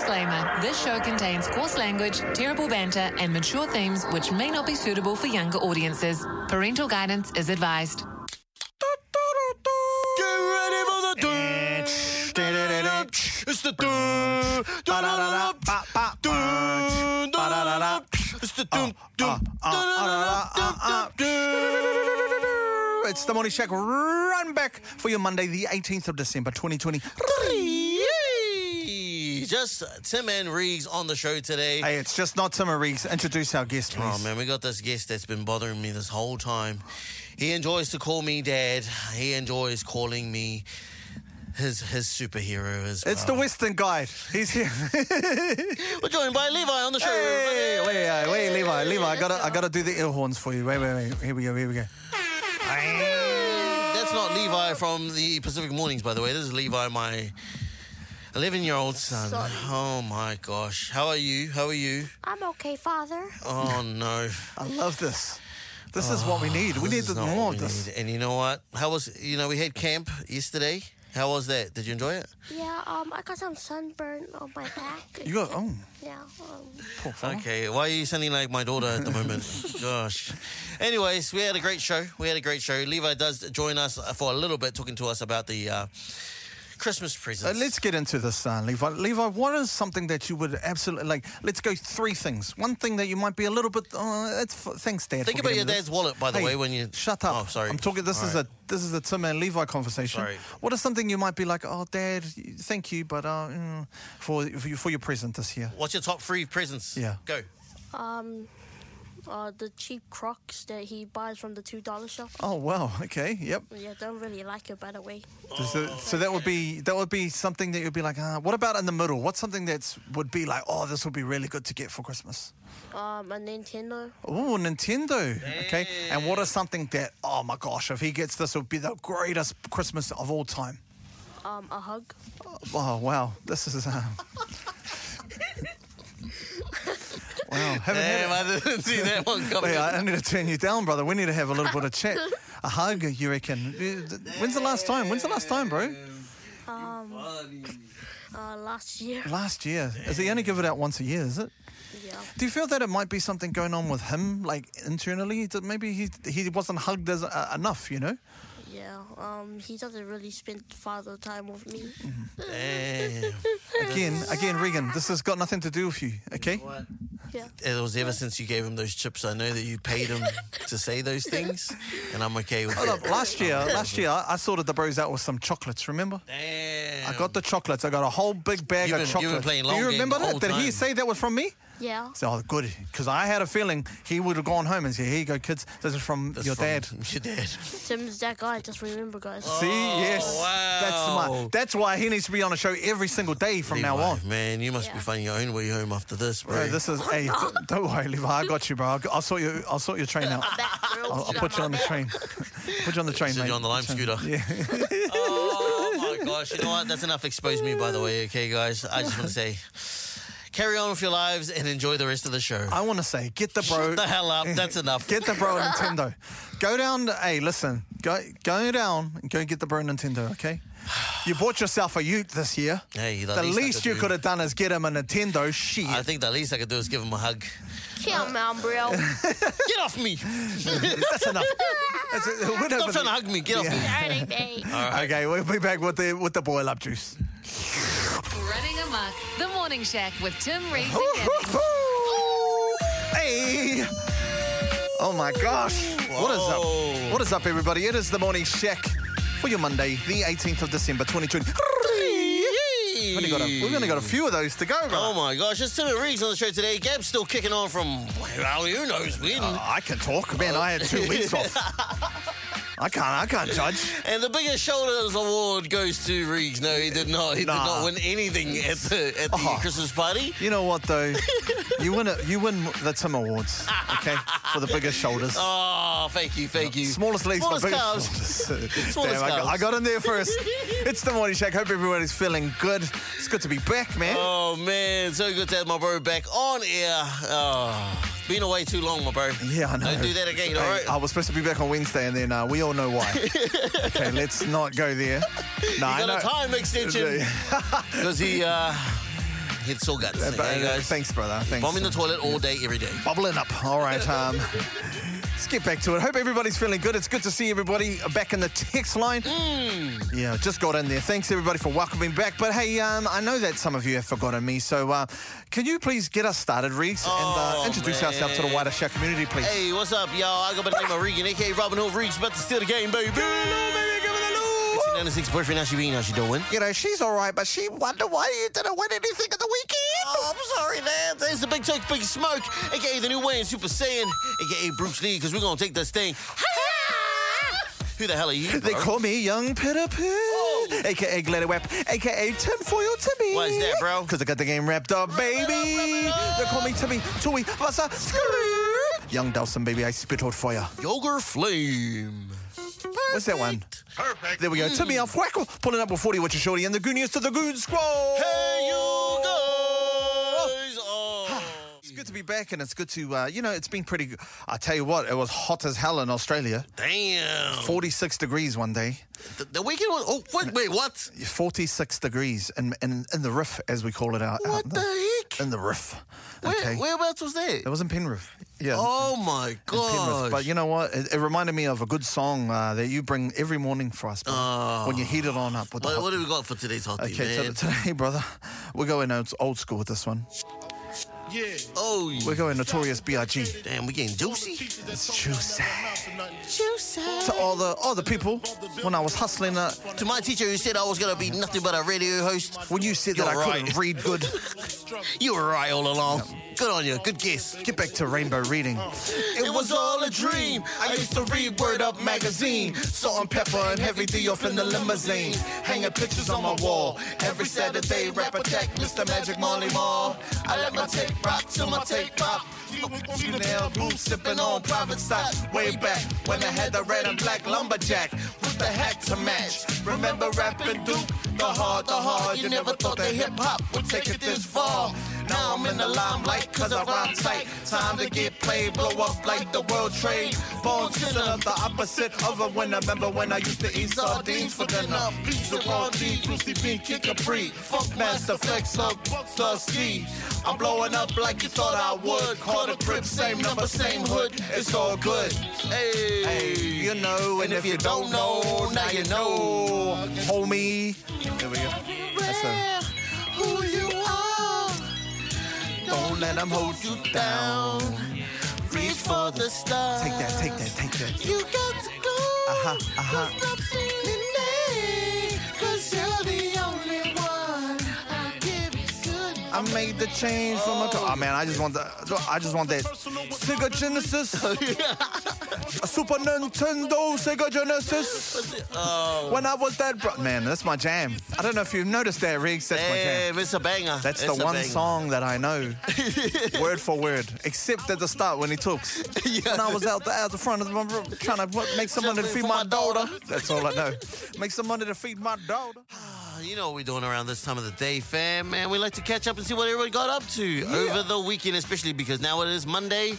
Disclaimer This show contains coarse language, terrible banter, and mature themes which may not be suitable for younger audiences. Parental guidance is advised. Get ready for the dance. It's the dun- dun- dun- dun- dun- dun- dun- dun- It's the dun- dun- dun- dun- dun- dun- dun- It's the morning shack. Run back for your Monday, the 18th of December, 2020. Three. Just Tim and Reeves on the show today. Hey, it's just not Tim and Reeks. Introduce our guest, please. Oh man, we got this guest that's been bothering me this whole time. He enjoys to call me dad. He enjoys calling me his his superhero as It's the well. Western Guide. He's here. We're joined by Levi on the show. hey, wait, uh, wait, Levi, Levi. I gotta, I gotta do the ear horns for you. Wait, wait, wait. Here we go. Here we go. That's not Levi from the Pacific Mornings, by the way. This is Levi, my 11 year old son. Sorry. Oh my gosh. How are you? How are you? I'm okay, Father. Oh no. I love this. This is what we need. We need Oh, This is not more what of we this. need. And you know what? How was, you know, we had camp yesterday. How was that? Did you enjoy it? Yeah, um, I got some sunburn on my back. You got oh, Yeah, um, poor fella. Okay, why are you sounding like my daughter at the moment? Gosh. Anyways, we had a great show. We had a great show. Levi does join us for a little bit, talking to us about the uh, Christmas Uh, presents. let's get into this, uh, Levi. Levi, what is something that you would absolutely like? Let's go three things. One thing that you might be a little bit. Uh, it's f- thanks, Dad. Think for about getting your me dad's wallet, by the Hey, way, when you shut up. Oh, sorry. I'm talking. This All is right. a this is a Tim and Levi conversation. Sorry. What is something you might be like? Oh, Dad, y- thank you, but uh, mm, for for your, for your present this year. What's your top three presents? Yeah. Go. uh, the cheap Crocs that he buys from the two dollar shop. Oh wow. Okay. Yep. Yeah, don't really like it, by the way. so, so that would be that would be something that you'd be like. Uh, what about in the middle? What's something that's would be like? Oh, this would be really good to get for Christmas. Um, a Nintendo. Oh, Nintendo. Okay. And what is something that? Oh my gosh, if he gets this, it would be the greatest Christmas of all time. Um, a hug. Oh wow, this is. Um... wow, haven't had Damn, I didn't see that one coming. Wait, I I need to turn you down, brother. We need to have a little bit of chat. A hug, you reckon? Uh, th- When's the last time? When's the last time, bro? Uh, last year. Last year. Is he only give it out once a year? Is it? Yeah. Do you feel that it might be something going on with him, like internally? That maybe he he wasn't hugged as, uh, enough, you know? Yeah. Um, he doesn't really spend father time with me. Damn. Again, again, Regan, this has got nothing to do with you, okay? What? Yeah. It was ever since you gave him those chips. I know that you paid him to say those things, and I'm okay with Look, it. last year, last year, I I sorted the bros out with some chocolates. Remember? Damn. I got the chocolates. I got a whole big bag You've of been- you've been chocolates. playing Do long you game remember the that? whole Did he time. say that was from me? Yeah. So oh, good, because I had a feeling he would have gone home and said, "Here you go, kids. This is from That's your from dad." Your dad. Tim's that guy. Just remember, guys. Oh, See, yes, that's Oh, wow. my. That's why he needs to be on a show every single day from now on. Levi, Man, you must be Yeah. finding your own way home after this, bro. Bro, this is. Hey, d- don't worry, Levi. I got you, bro. I'll, I'll sort you. I'll sort your train out. I'll, I'll put you on the train. put you on the train, Send mate. you on the lime scooter. oh my gosh! You know what? That's enough exposed me, by the way. Okay, guys. I just want to say, carry on with your lives and enjoy the rest of the show. I want to say, get the Uh, bro. Shut the hell up. That's enough. Get the bro Nintendo. Go down. To, hey, listen. Go go down and go get the bro Nintendo. Okay. You bought yourself a Ute this year. Hey, the the least I least could you do. could have done is get him a Nintendo. Shit. I think the least I could do is give him a hug. Come on, bro. Get off me! That's enough. That's it. We're done Stop trying with to it. hug me. Get off me. Earning day. Okay, we'll be back with the with the boil up juice. Running amok, The Morning Shack with Tim Reeves and Anthony. Hey. Oh my gosh. What is Whoa. up? What is up, everybody? It is the morning shack for your Monday, the 18th of December, 2020. We've only got a, we've only got a few of those to go, bro. Oh my gosh, it's Tim and Reeves on the show today. Gab's still kicking on from, well, who knows when. I can talk, man. I had two weeks off. I can't. I can't judge. and the biggest shoulders award goes to Reeves. No, he did not. He did Nah. not win anything at the, at the Oh. Christmas party. You know what though? You win it. You win the Tim Awards, okay? For the biggest shoulders. Oh, thank you, thank you. Smallest legs, Smallest but calves. biggest. Smallest Damn, I got, calves. I got in there first. it's the morning shack. Hope everyone is feeling good. It's good to be back, man. Oh man, so good to have my bro back on air. Oh, been away too long, my bro. yeah, I know. Don't do that again, Hey, all right? I was supposed to be back on Wednesday, and then uh, we all know why. okay, let's not go there. No, I Got know. a time extension because he uh, Head so guts. Uh, but, okay, uh, guys? thanks, brother. Thanks. Bomb in the toilet all day, every day. bubbling up. All right. Um, let's get back to it. Hope everybody's feeling good. It's good to see everybody back in the text line. Hmm. Yeah, just got in there. Thanks everybody for welcoming back. But hey, um, I know that some of you have forgotten me, so uh, can you please get us started, Reese, and Oh, uh, introduce man. ourselves to the wider show community, please? Hey, what's up, y'all? I go by the name of Regan, aka Robin Hood Reeks, about to steal the game, baby. Hello, 96 boyfriend, how she being? How she doing? you know she's all right, but she wonder why you didn't win anything at the weekend. Oh, I'm sorry, man. There's the big talk, big smoke, aka the new way in Super Saiyan, aka Bruce Lee, because we're gonna take this thing. Who the hell are you? They bro? call me Young Peter Pan, Oh. aka Gladdy Wap, aka Tinfoil Timmy. Why is that, bro? Because I got the game wrapped up, baby. it up. They call me Timmy, Tui, Vasa, Screw. Young Dawson, baby, I spit hot fire. Yogurt Flame. What's that one? Perfect. There we go. Timmy Hmm. off whackle, pulling up with 40 with your shorty and the Goonies to the Goon Squad. Hey, you guys. Oh. It's good to be back, and it's good to, uh, you know, it's been pretty. I tell you what, it was hot as hell in Australia. Damn. 46 degrees one day. The, the weekend was. Oh, wait, wait, what? 46 degrees in, in, in the riff, as we call it out. What out in the heck? in the roof. Where, okay, Whereabouts was that? it was in Penrith. Yeah. Oh my in Penrith. god! But you know what? It, it reminded me of a good song uh, that you bring every morning for us bro, when you heat it on up with the Oh. what, hot- what do we got for today's hot tea, Okay, so man? today, brother, we're going old, old school with this one. oh, We're going Notorious B.I.G. damn, we getting juicy. It's juicy. To all the all the people, when I was hustling, uh, To my teacher who said I was gonna be nothing but a radio host, when you said that You're I right. couldn't read good, you were right all along. Good on you. Good guess. get back to rainbow reading. It was all a dream. I used to read Word Up magazine. Salt and pepper and heavy D off in the limousine. Hanging pictures on my wall. Every Saturday, rap attack, Mr. Magic Molly Mall. I let my tape rock till my tape pop. Chanel boom, sipping on private stock. Way back when I had the red and black lumberjack with the hat to match. Remember rapping Duke? The hard, the hard. You never thought that hip hop would take it this far. Now I'm in the limelight cause I rhyme tight. Time to get played, blow up like the world trade. Born sinner, the opposite of a winner. Remember when I used to eat sardines for dinner? Pizza, sardines, juicy bean, kick capri. Funk master, flex up, bucks the ski. I'm blowing up like you thought I would. Call the crib, same number, same hood. It's all good. Hey, Hey, you know, and if you don't know, now you know, homie. There we go. That's the- who you are. Don't let them hold you down. Reach for the stars. Take that, take that, take that. You got to go. Uh-huh, uh-huh. Cause nothing made, Cause you're the only one. I give it good. I made the change from a. Oh man, I just want that. I just want that. Sega Genesis, Super Nintendo, Sega Genesis. Oh, When I was that, bro- man, that's my jam. I don't know if you've noticed that, Riggs. That's my jam. it's a banger. That's the one song that I know, word for word, except at the start when he talks. Yeah. When I was out the, out the front of my room trying to w- make some money to Jumping feed for my my daughter. daughter. That's all I know. Make some money to feed my daughter. You know what we're doing around this time of the day, fam. Man, we like to catch up and see what everyone got up to over the weekend, especially because now it is Monday.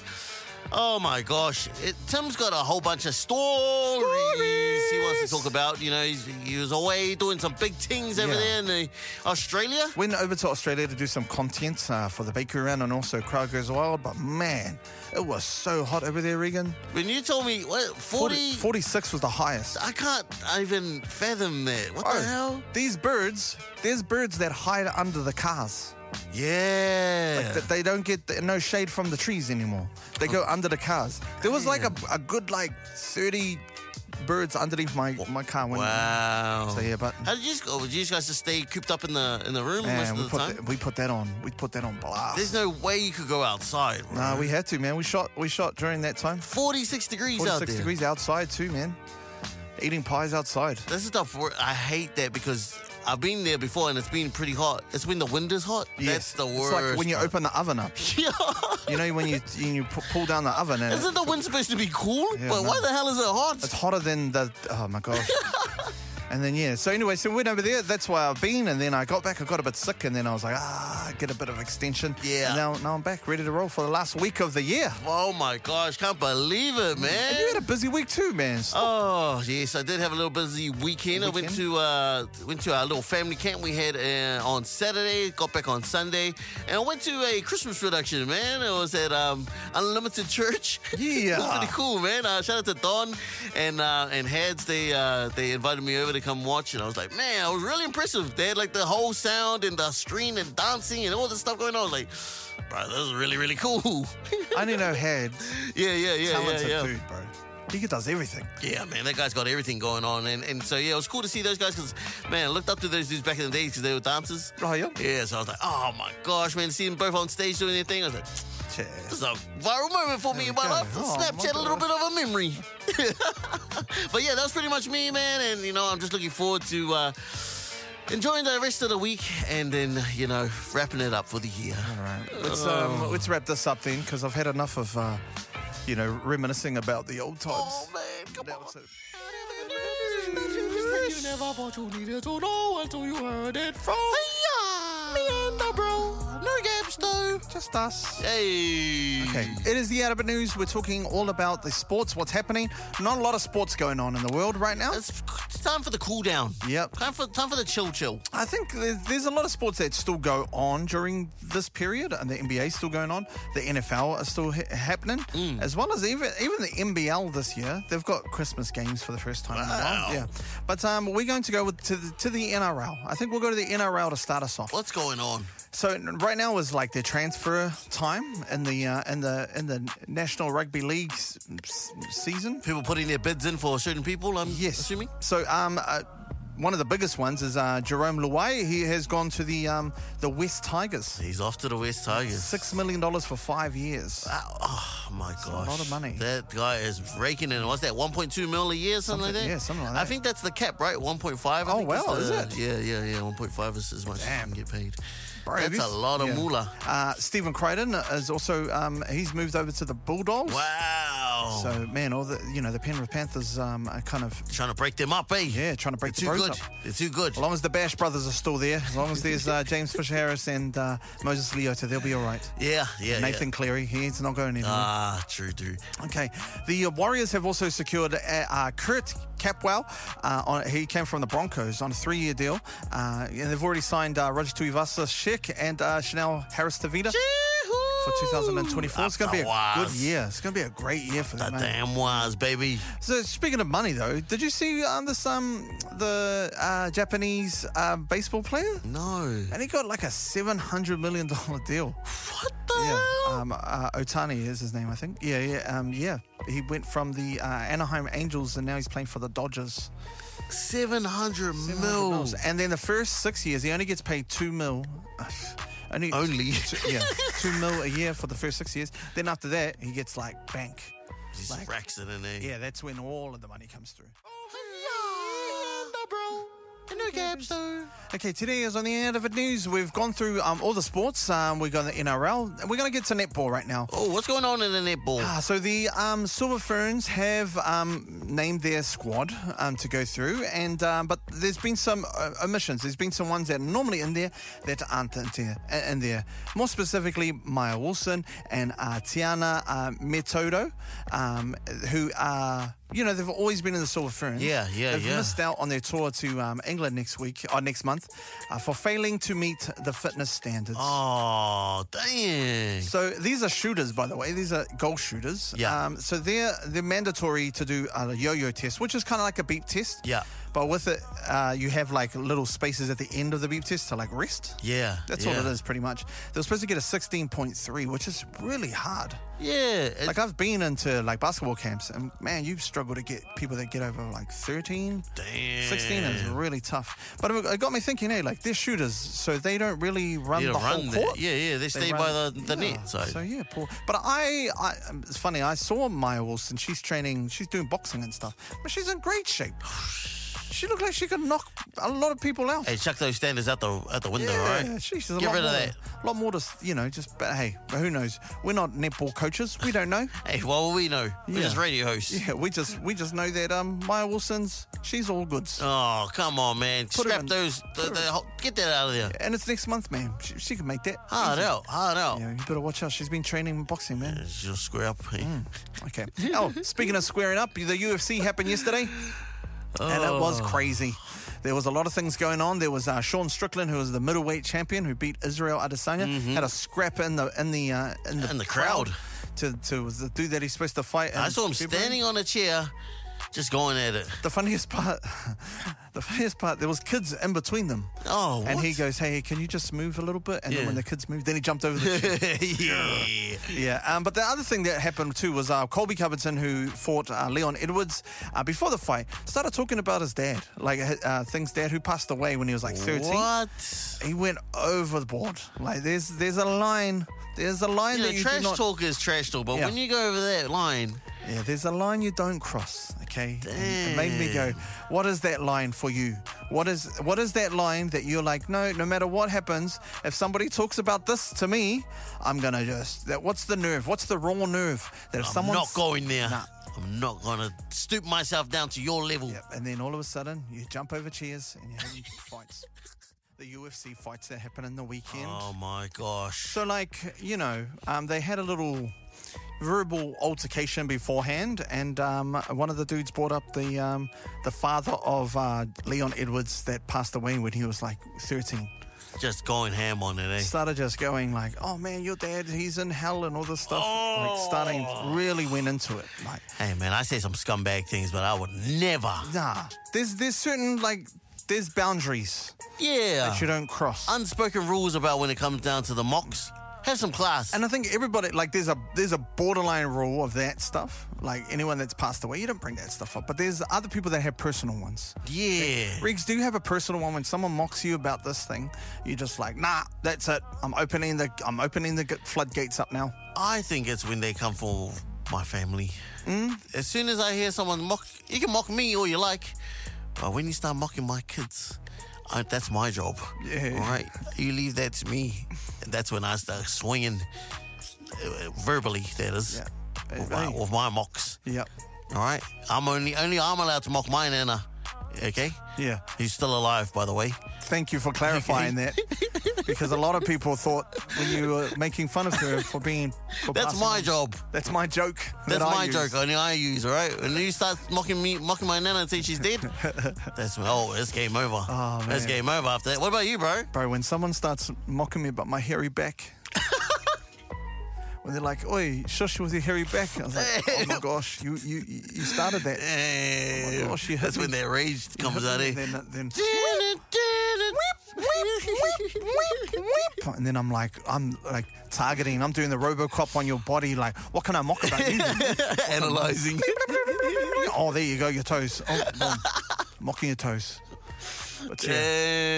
Oh my gosh. It, Tim's got a whole bunch of stories, he wants to talk about. You know, he's, he was away doing some big things over Yeah. there in the, Australia. Went over to Australia to do some content uh, for the bakery run and also Crowd Goes Wild, but man, it was so hot over there, Regan. When you told me, what, 40? 46 was the highest. I can't even fathom that. What Oh, the hell? These birds, there's birds that hide under the cars. Yeah. That they don't get the, no shade from the trees anymore. They go under the cars. There was like a, a good like 30 birds underneath my, my car window. wow. So yeah, but How did you just go? Did you guys just stay cooped up in the in the room man, we most of the put, time? th- we put that on. We put that on blast. There's no way you could go outside. bro. Nah, we had to, man. We shot we shot during that time. 46 degrees out 46 there. degrees outside too, man. Eating pies outside. This is tough. work. I hate that because I've been there before and it's been pretty hot. It's when the wind is hot. That's the worst. It's like when you bro. open the oven up. Yeah. You know when you when you pu- pull down the oven and Isn't the wind supposed to be cool? Yeah, but why no. the hell is it hot? it's hotter than the oh my gosh. And then, yeah. So, anyway, so we went over there. That's why I've been. And then I got back. I got a bit sick. And then I was like, ah, get a bit of extension. Yeah. And now, now I'm back, ready to roll for the last week of the year. Oh my gosh, can't believe it, man. And you had a busy week too, man. Oh yes, I did have a little busy weekend. I went Weekend? to uh, went to our little family camp we had uh, on Saturday. Got back on Sunday, and I went to a Christmas production. Man, it was at um, Unlimited Church. it was Yeah. pretty cool, man. Uh, shout out to Don and uh, and Hads. They uh, they invited me over to come watch, and I was like, man, it was really impressive. They had like the whole sound and the screen and dancing and all this stuff going on. I was like, bro, this is really really cool. I only know had yeah, yeah, yeah, talented yeah, yeah. dude, bro. He does everything. Yeah, man, that guy's got everything going on. And, and so, yeah, it was cool to see those guys because, man, I looked up to those dudes back in the day because they were dancers. Oh, yeah? Yeah, so I was like, oh my gosh, man, seeing both on stage doing their thing, I was like, Cheers. this is a viral moment for me There in my we go. life. Oh, Snapchat my a little bit of God. a memory. but yeah, that's pretty much me, man. And, you know, I'm just looking forward to uh, enjoying the rest of the week and then, you know, wrapping it up for the year. Let's um, let's wrap this up then, because I've had enough of uh, you know reminiscing about the old times. Oh, man, come That on. was it. You never thought you needed to know until you heard it from me and the bro. No gaps though. Just us. Hey. Okay, it is the Out of It News. We're talking all about the sports, what's happening. Not a lot of sports going on in the world right now. It's it's time for the cool down. Yep. Time for time for the chill chill. I think there's, there's a lot of sports that still go on during this period, and the NBA's still going on. The NFL are still ha- happening, Mm. as well as even even the NBL this year. They've got Christmas games for the first time Wow. in a while. Yeah, but um, we're going to go with to the, to the NRL. I think we'll go to the NRL to start us off. What's going on? So right now is like their transfer time in the uh, in the in the National Rugby League s- s- season. People putting their bids in for certain people, I'm Yes. assuming. So um, uh, one of the biggest ones is uh, Jerome Luai. He has gone to the um, the West Tigers. He's off to the West Tigers. Six million dollars for five years. Wow. Oh my gosh. lot of money. That guy is raking in. What's that, 1.2 mil a year, something, like Something- that? yeah, something like I that. think that's the cap, right? 1.5. I Oh, think that's wow, the- is it? Yeah, yeah, yeah. 1.5 is as much as you can get paid. Bro, that's this- a lot of yeah. moolah. Uh, Stephen Crichton is also um, he's moved over to the Bulldogs. Wow. So man, all the you know the Penrith Panthers um, are kind of trying to break them up, eh? yeah trying to break They're the too good. Bros up. They're too good. As long as the Bash brothers are still there, as long as there's uh, James Fisher Harris and uh, Moses Leota, they'll be all right. Yeah, yeah. Nathan Yeah. Cleary, he's not going anywhere. Ah, true, dude. okay, the uh, Warriors have also secured uh, uh, Kurt Capwell. Uh, on, he came from the Broncos on a three-year deal, uh, and they've already signed uh, Roger Tuivasa Sheck and uh, Chanel Harris Tavita for 2024. It's going to be a good Otherwise. year. It's going to be a great year for The them. mate. damn wise, baby. So speaking of money, though, did you see um, this um, the uh, Japanese uh, baseball player? No. And he got like a seven hundred million dollar deal. What the Yeah, hell? um, uh, Otani is his name, I think. Yeah, yeah, um, yeah. He went from the uh, Anaheim Angels and now he's playing for the Dodgers. 700 mil. And then the first six years, he only gets paid two mil. Only, Only. yeah, two mil a year for the first six years. Then after that, he gets like bank. Just Like- racks it in there. Yeah, that's when all of the money comes through. Okay, today is on the end of it news. We've gone through um, all the sports. Um, we've got the NRL. We're going to get to netball right now. Oh, what's going on in the netball? Ah, so the um, Silver Ferns have um, named their squad um, to go through, and um, but there's been some uh, omissions. There's been some ones that are normally in there that aren't in there. uh, In there. More specifically, Maya Wilson and uh, Tiana uh, Metodo, um, who are. You know, they've always been in the Silver Ferns. Yeah, yeah, They've yeah. missed out on their tour to um, England next week or next month uh, for failing to meet the fitness standards. Oh, dang. So these are shooters, by the way. These are goal shooters. Yeah. Um, so they're they're mandatory to do a yo-yo test, which is kind of like a beep test. Yeah. But with it, uh, you have like little spaces at the end of the beep test to like rest. Yeah. That's yeah. all it is, pretty much. They're supposed to get a 16.3, which is really hard. Yeah. it- Like I've been into like basketball camps, and man, you struggle to get people that get over like 13. damn. 16 is really tough. But it got me thinking, hey, like they're shooters, so they don't really run You the don't whole run there. court. Yeah, yeah. They, stay run- by the, the yeah. net. So, yeah, poor. But I, I, um, it's funny. I saw Maya Wilson. She's training. She's doing boxing and stuff. But she's in great shape. She looked like she could knock a lot of people out. Hey, chuck those standards out the out the window, yeah, right? she's a Get lot rid more, of that. A lot more to, s- you know, just, but hey, but who knows? We're not netball coaches. We don't know. Hey, what will we know? We're Yeah. just radio hosts. yeah, we just we just know that um, Maya Wilson's, she's all goods. Oh, come on, man. Put her Scrap in. those. The, the, whole- get that out of there. and it's next month, man. She, she can make that. Hard easy. out. Hard out. Yeah, you better watch out. She's been training boxing, man. It's just square up. eh? Mm. Okay. Oh, speaking of squaring up, the UFC happened yesterday, and it Oh. was crazy. There was a lot of things going on. There was uh, Sean Strickland, who was the middleweight champion, who beat Israel Adesanya, had a scrap in the in the uh, in the, Mm-hmm. In the crowd. to to was the dude that he's supposed to fight. I in saw him February. standing on a chair, just going at it. The funniest part, the funniest part, there was kids in between them. Oh, And what? he goes, "Hey, can you just move a little bit?" And Yeah. then when the kids moved, then he jumped over the. chair. yeah. Yeah, um, but the other thing that happened too was uh, Colby Covington, who fought uh, Leon Edwards uh, before the fight, started talking about his dad, like uh, things dad who passed away when he was like 13. What? He went overboard. Like there's there's a line, there's a line You that know, you trash do not. talk is trash talk, but Yeah. when you go over that line, Yeah, there's a line you don't cross. Okay, And it made me go, what is that line for you? What is what is that line that you're like, no, no matter what happens, if somebody talks about this to me, I'm gonna just that. What's the nerve? What's the raw nerve that if I'm someone not going there. Nah. I'm not going to stoop myself down to your level. Yep, and then all of a sudden you jump over chairs and you have fights. The UFC fights that happen in the weekend. Oh my gosh. So, like, you know, um, they had a little verbal altercation beforehand, and um, one of the dudes brought up the um, the father of uh, Leon Edwards that passed away when he was like 13. Just going ham on it, eh? Started just going like, "Oh man, your dad, he's in hell and all this stuff." Like, starting really went into it. Like, Hey man, I say some scumbag things, but I would never. nah, there's there's certain like there's boundaries Yeah. that you don't cross. Unspoken rules about when it comes down to the mocks. Have some class. And I think everybody like there's a there's a borderline rule of that stuff. Like anyone that's passed away, you don't bring that stuff up. But there's other people that have personal ones. yeah. Riggs, do you have a personal one when someone mocks you about this thing? You're just like, nah, that's it. I'm opening the I'm opening the g- floodgates up now. I think it's when they come for my family. Mm. As soon as I hear someone mock, you can mock me all you like, but when you start mocking my kids, I, that's my job. Yeah. All right, you leave that to me. And that's when I start swinging, uh, verbally. That is, Yeah. with, my, Hey. with my mocks. Yep. All right, I'm only only I'm allowed to mock my nana. Okay. Yeah. He's still alive, by the way. Thank you for clarifying that. Because a lot of people thought when you were making fun of her for being for That's passing my on- job. That's my joke. that That's I my use. joke. Only I use, all right? And you start mocking me, mocking my nana and say she's dead. That's oh, it's game over. Oh, It's man. game over after that. What about you, bro? Bro, when someone starts mocking me about my hairy back, when they're like, oi, shush with your hairy back. I was like, oh my gosh, you, you, you started that. Eh, Oh, gosh, you hit That's me. when that rage comes out. Eh? Then, then, and then I'm like, I'm like targeting, I'm doing the Robocop on your body. Like, what can I mock about you? Analyzing. oh, there you go, your toes. Oh, boom. mocking your toes. But yeah.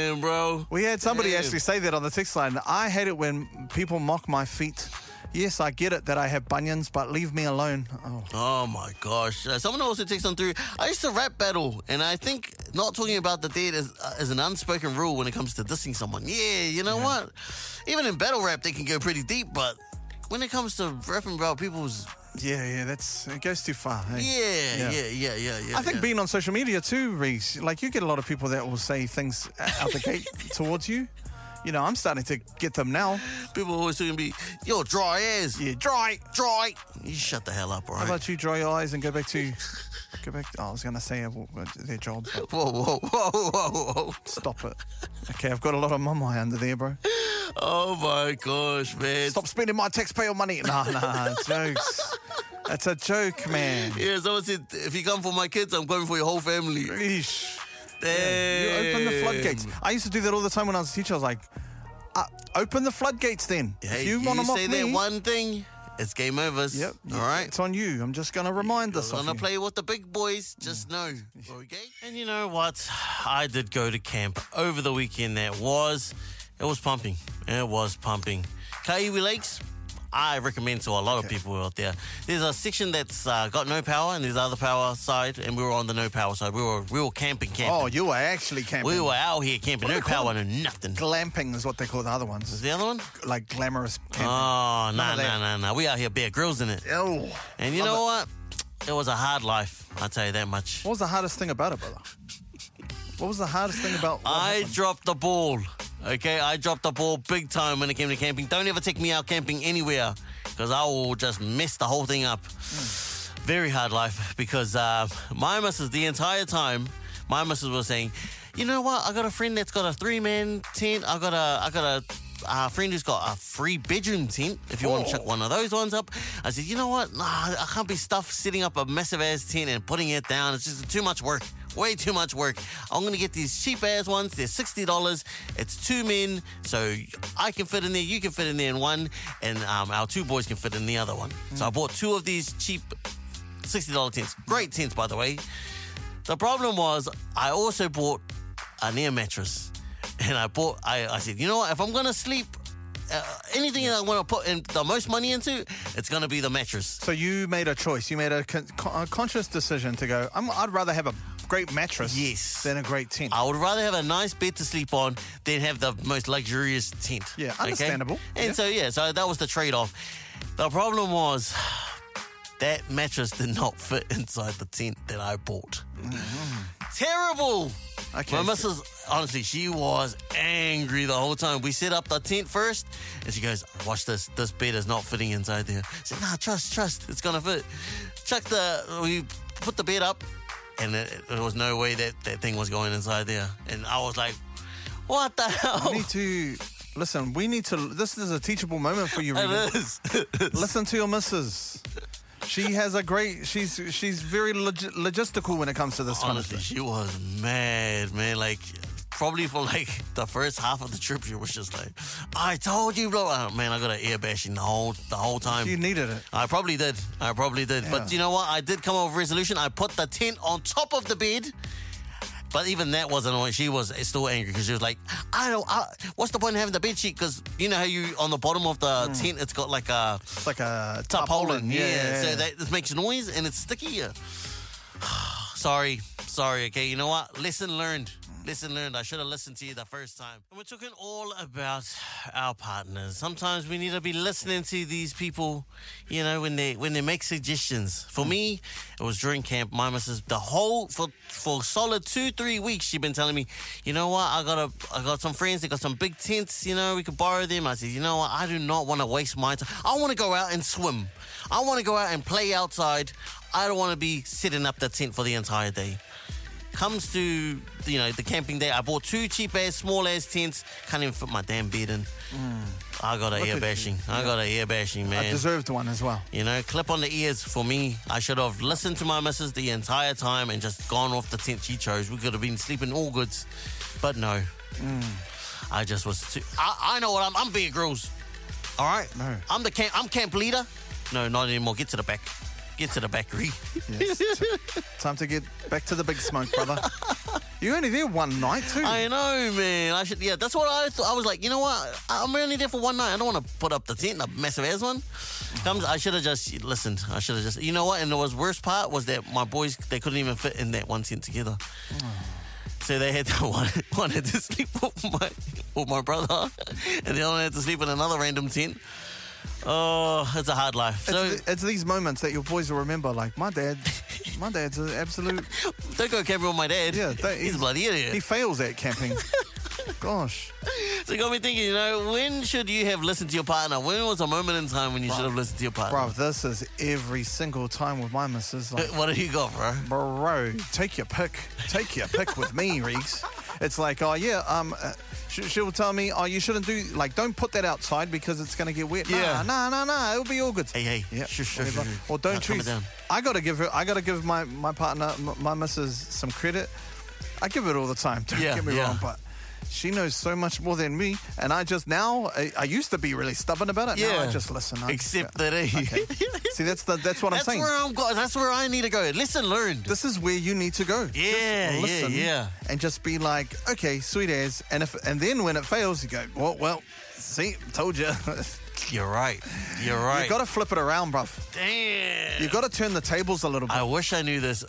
Damn, bro. We had somebody Damn. actually say that on the text line. I hate it when people mock my feet. Yes, I get it that I have bunions, but leave me alone. Oh, Oh my gosh! Uh, someone also takes on through. I used to rap battle, and I think not talking about the dead is, uh, is an unspoken rule when it comes to dissing someone. Yeah, you know what? Even in battle rap, they can go pretty deep, but when it comes to rapping about people's, yeah, yeah, that's it goes too far. eh? yeah, yeah, Yeah. yeah, yeah, yeah. I think yeah. being on social media too, Reese. Like you get a lot of people that will say things out the gate towards you. You know, I'm starting to get them now. people always talking to me, "You're dry as, Yeah, dry. dry." You shut the hell up, all How right? about you dry your eyes and go back to, go back. oh, I was gonna say uh, their job. but Whoa, whoa, whoa, whoa, whoa! Stop it. Okay, I've got a lot of mummy under there, bro. Oh my gosh, man! Stop spending my taxpayer money. Nah, nah, jokes. That's a joke, man. Yeah, someone said, "If you come for my kids, I'm coming for your whole family." Eesh. You Damn. open the floodgates. I used to do that all the time when I was a teacher. I was like, uh, open the floodgates then. Hey, if you you, want to mock say me, that one thing, it's game over. yep, All right. It's on you. I'm just going to remind us of Gonna you. play with the big boys, just know, okay? And you know what? I did go to camp over the weekend. That was, it was pumping. It was pumping. Kaiwi E Lakes, I recommend to a lot of people out there. There's a section that's uh, got no power, and there's the other power side, and we were on the no power side. We were we were camping, camping. Oh, you were actually camping. we were out here camping, no power, no nothing. glamping is what they call the other ones. Is the other one? Like glamorous camping. Oh, no, of no, that. no, no. We out here bare grills in it. Oh. And you Love know what? It was a hard life, I'll tell you that much. What was the hardest thing about it, brother? What was the hardest thing about what I happened? dropped the ball. Okay, I dropped the ball big time when it came to camping. Don't ever take me out camping anywhere because I will just mess the whole thing up. Hmm. Very hard life because uh, my missus, the entire time, my missus was saying, you know what? I got a friend that's got a three man tent. I got a, I got a, a friend who's got a three bedroom tent. If you want to chuck one of those ones up, I said, you know what? Nah, I can't be stuffed setting up a massive ass tent and putting it down. It's just too much work. Way too much work. I'm gonna get these cheap ass ones. They're sixty dollars. It's two men, so I can fit in there. You can fit in there in one, and um, our two boys can fit in the other one. So I bought two of these cheap sixty dollar tents. Great tents, by the way. The problem was I also bought an air mattress, and I bought. I, I said, you know what? If I'm gonna sleep, uh, anything that I want to put in the most money into, it's gonna be the mattress. So you made a choice. You made a, con- con- a conscious decision to go. I'm, I'd rather have a great mattress, Yes. than a great tent. I would rather have a nice bed to sleep on than have the most luxurious tent. Yeah, okay? understandable. And Yeah. so yeah, so that was the trade-off. The problem was that mattress did not fit inside the tent that I bought. Terrible. Okay, My so- missus, honestly, she was angry the whole time. We set up the tent first, and she goes, "Watch this. This bed is not fitting inside there." I said, "Nah, trust, trust. It's gonna fit." Chuck the. We put the bed up, and it, it- there was no way that that thing was going inside there. And I was like, "What the hell?" We need to listen. We need to. This is a teachable moment for you. Regan. It is. Listen to your missus. She has a great. She's she's very log- logistical when it comes to this kind of Honestly, thing. she was mad, man. Like, probably for like the first half of the trip, she was just like, "I told you, bro." Oh, man, I got an ear bashing the whole the whole time. You needed it. I probably did. I probably did. Yeah. But you know what? I did come up with a resolution. I put the tent on top of the bed. But even that wasn't all. She was still angry because she was like, "I don't. I, what's the point of having the bed sheet? Because you know how you on the bottom of the tent, it's got like a It's like a Hmm. tarpaulin. tarpaulin. Yeah, so that it makes noise and it's stickier. sorry, sorry. Okay, you know what? Lesson learned. Lesson learned. I should have listened to you the first time. And we're talking all about our partners. Sometimes we need to be listening to these people, you know, when they when they make suggestions. For me, it was during camp. My missus, the whole for for solid two three weeks, she been telling me, you know what? I got a I got some friends. They got some big tents. You know, we could borrow them. I said, you know what? I do not want to waste my time. I want to go out and swim. I want to go out and play outside. I don't want to be sitting up the tent for the entire day. Comes to you know the camping day, I bought two cheap ass, small ass tents. Can't even fit my damn bed in. I got a Mm. at ear you. bashing. I got a ear bashing, man. I deserved one as well. You know, clip on the ears for me. I should have listened to my missus the entire time and just gone off the tent she chose. We could have been sleeping all goods, but no. I just was too. I, I know what I'm. I'm being grills. All right. No. I'm the camp. I'm camp leader. No, not anymore. Get to the back. Get to the bakery. Yes. Time to get back to the big smoke, brother. you only there one night too. I know, man. I should. Yeah, that's what I thought. I was like, you know what? I- I'm only there for one night. I don't want to put up the tent, a massive ass one. Comes. I should have just listened. I should have just. You know what? And the was worst part was that my boys they couldn't even fit in that one tent together. So they had to one, one had to sleep with my with my brother, and the other one had to sleep in another random tent. Oh, it's a hard life. So it's, it's these moments that your boys will remember. Like my dad, my dad's an absolute. don't go camping with my dad. Yeah, don't- he's a bloody idiot. He fails at camping. Gosh. So it got me thinking, you know, when should you have listened to your partner? When was a moment in time when you should have listened to your partner? Bro, this is every single time with my missus. Like, What do you got, bro? bro, take your pick. Take your pick with me, Reeks. It's like, oh yeah, um, uh, sh- she'll tell me, oh, you shouldn't do, like, don't put that outside because it's gonna get wet. Yeah. Nah, nah, nah, nah. It'll be all good. Hey, hey, Yeah. shush, shush, whatever. shush. Or don't Now, calm it choose. down. I gotta give her. I gotta give my my partner, m- my missus, some credit. I give it all the time. Don't Yeah, get me yeah. wrong, but. She knows so much more than me, and I just now I, I used to be really stubborn about it. Now I just listen. I, Except that, eh? see, that's the, that's what that's I'm saying. where I'm going. That's where I need to go. Listen, learn. this is where you need to go. Yeah, yeah, just listen yeah. And just be like, okay, sweet as. And if and then when it fails, you go, well, well, see, told you. You're right. You're right. You've got to flip it around, bruv. Damn. You've got to turn the tables a little bit. I wish I knew this,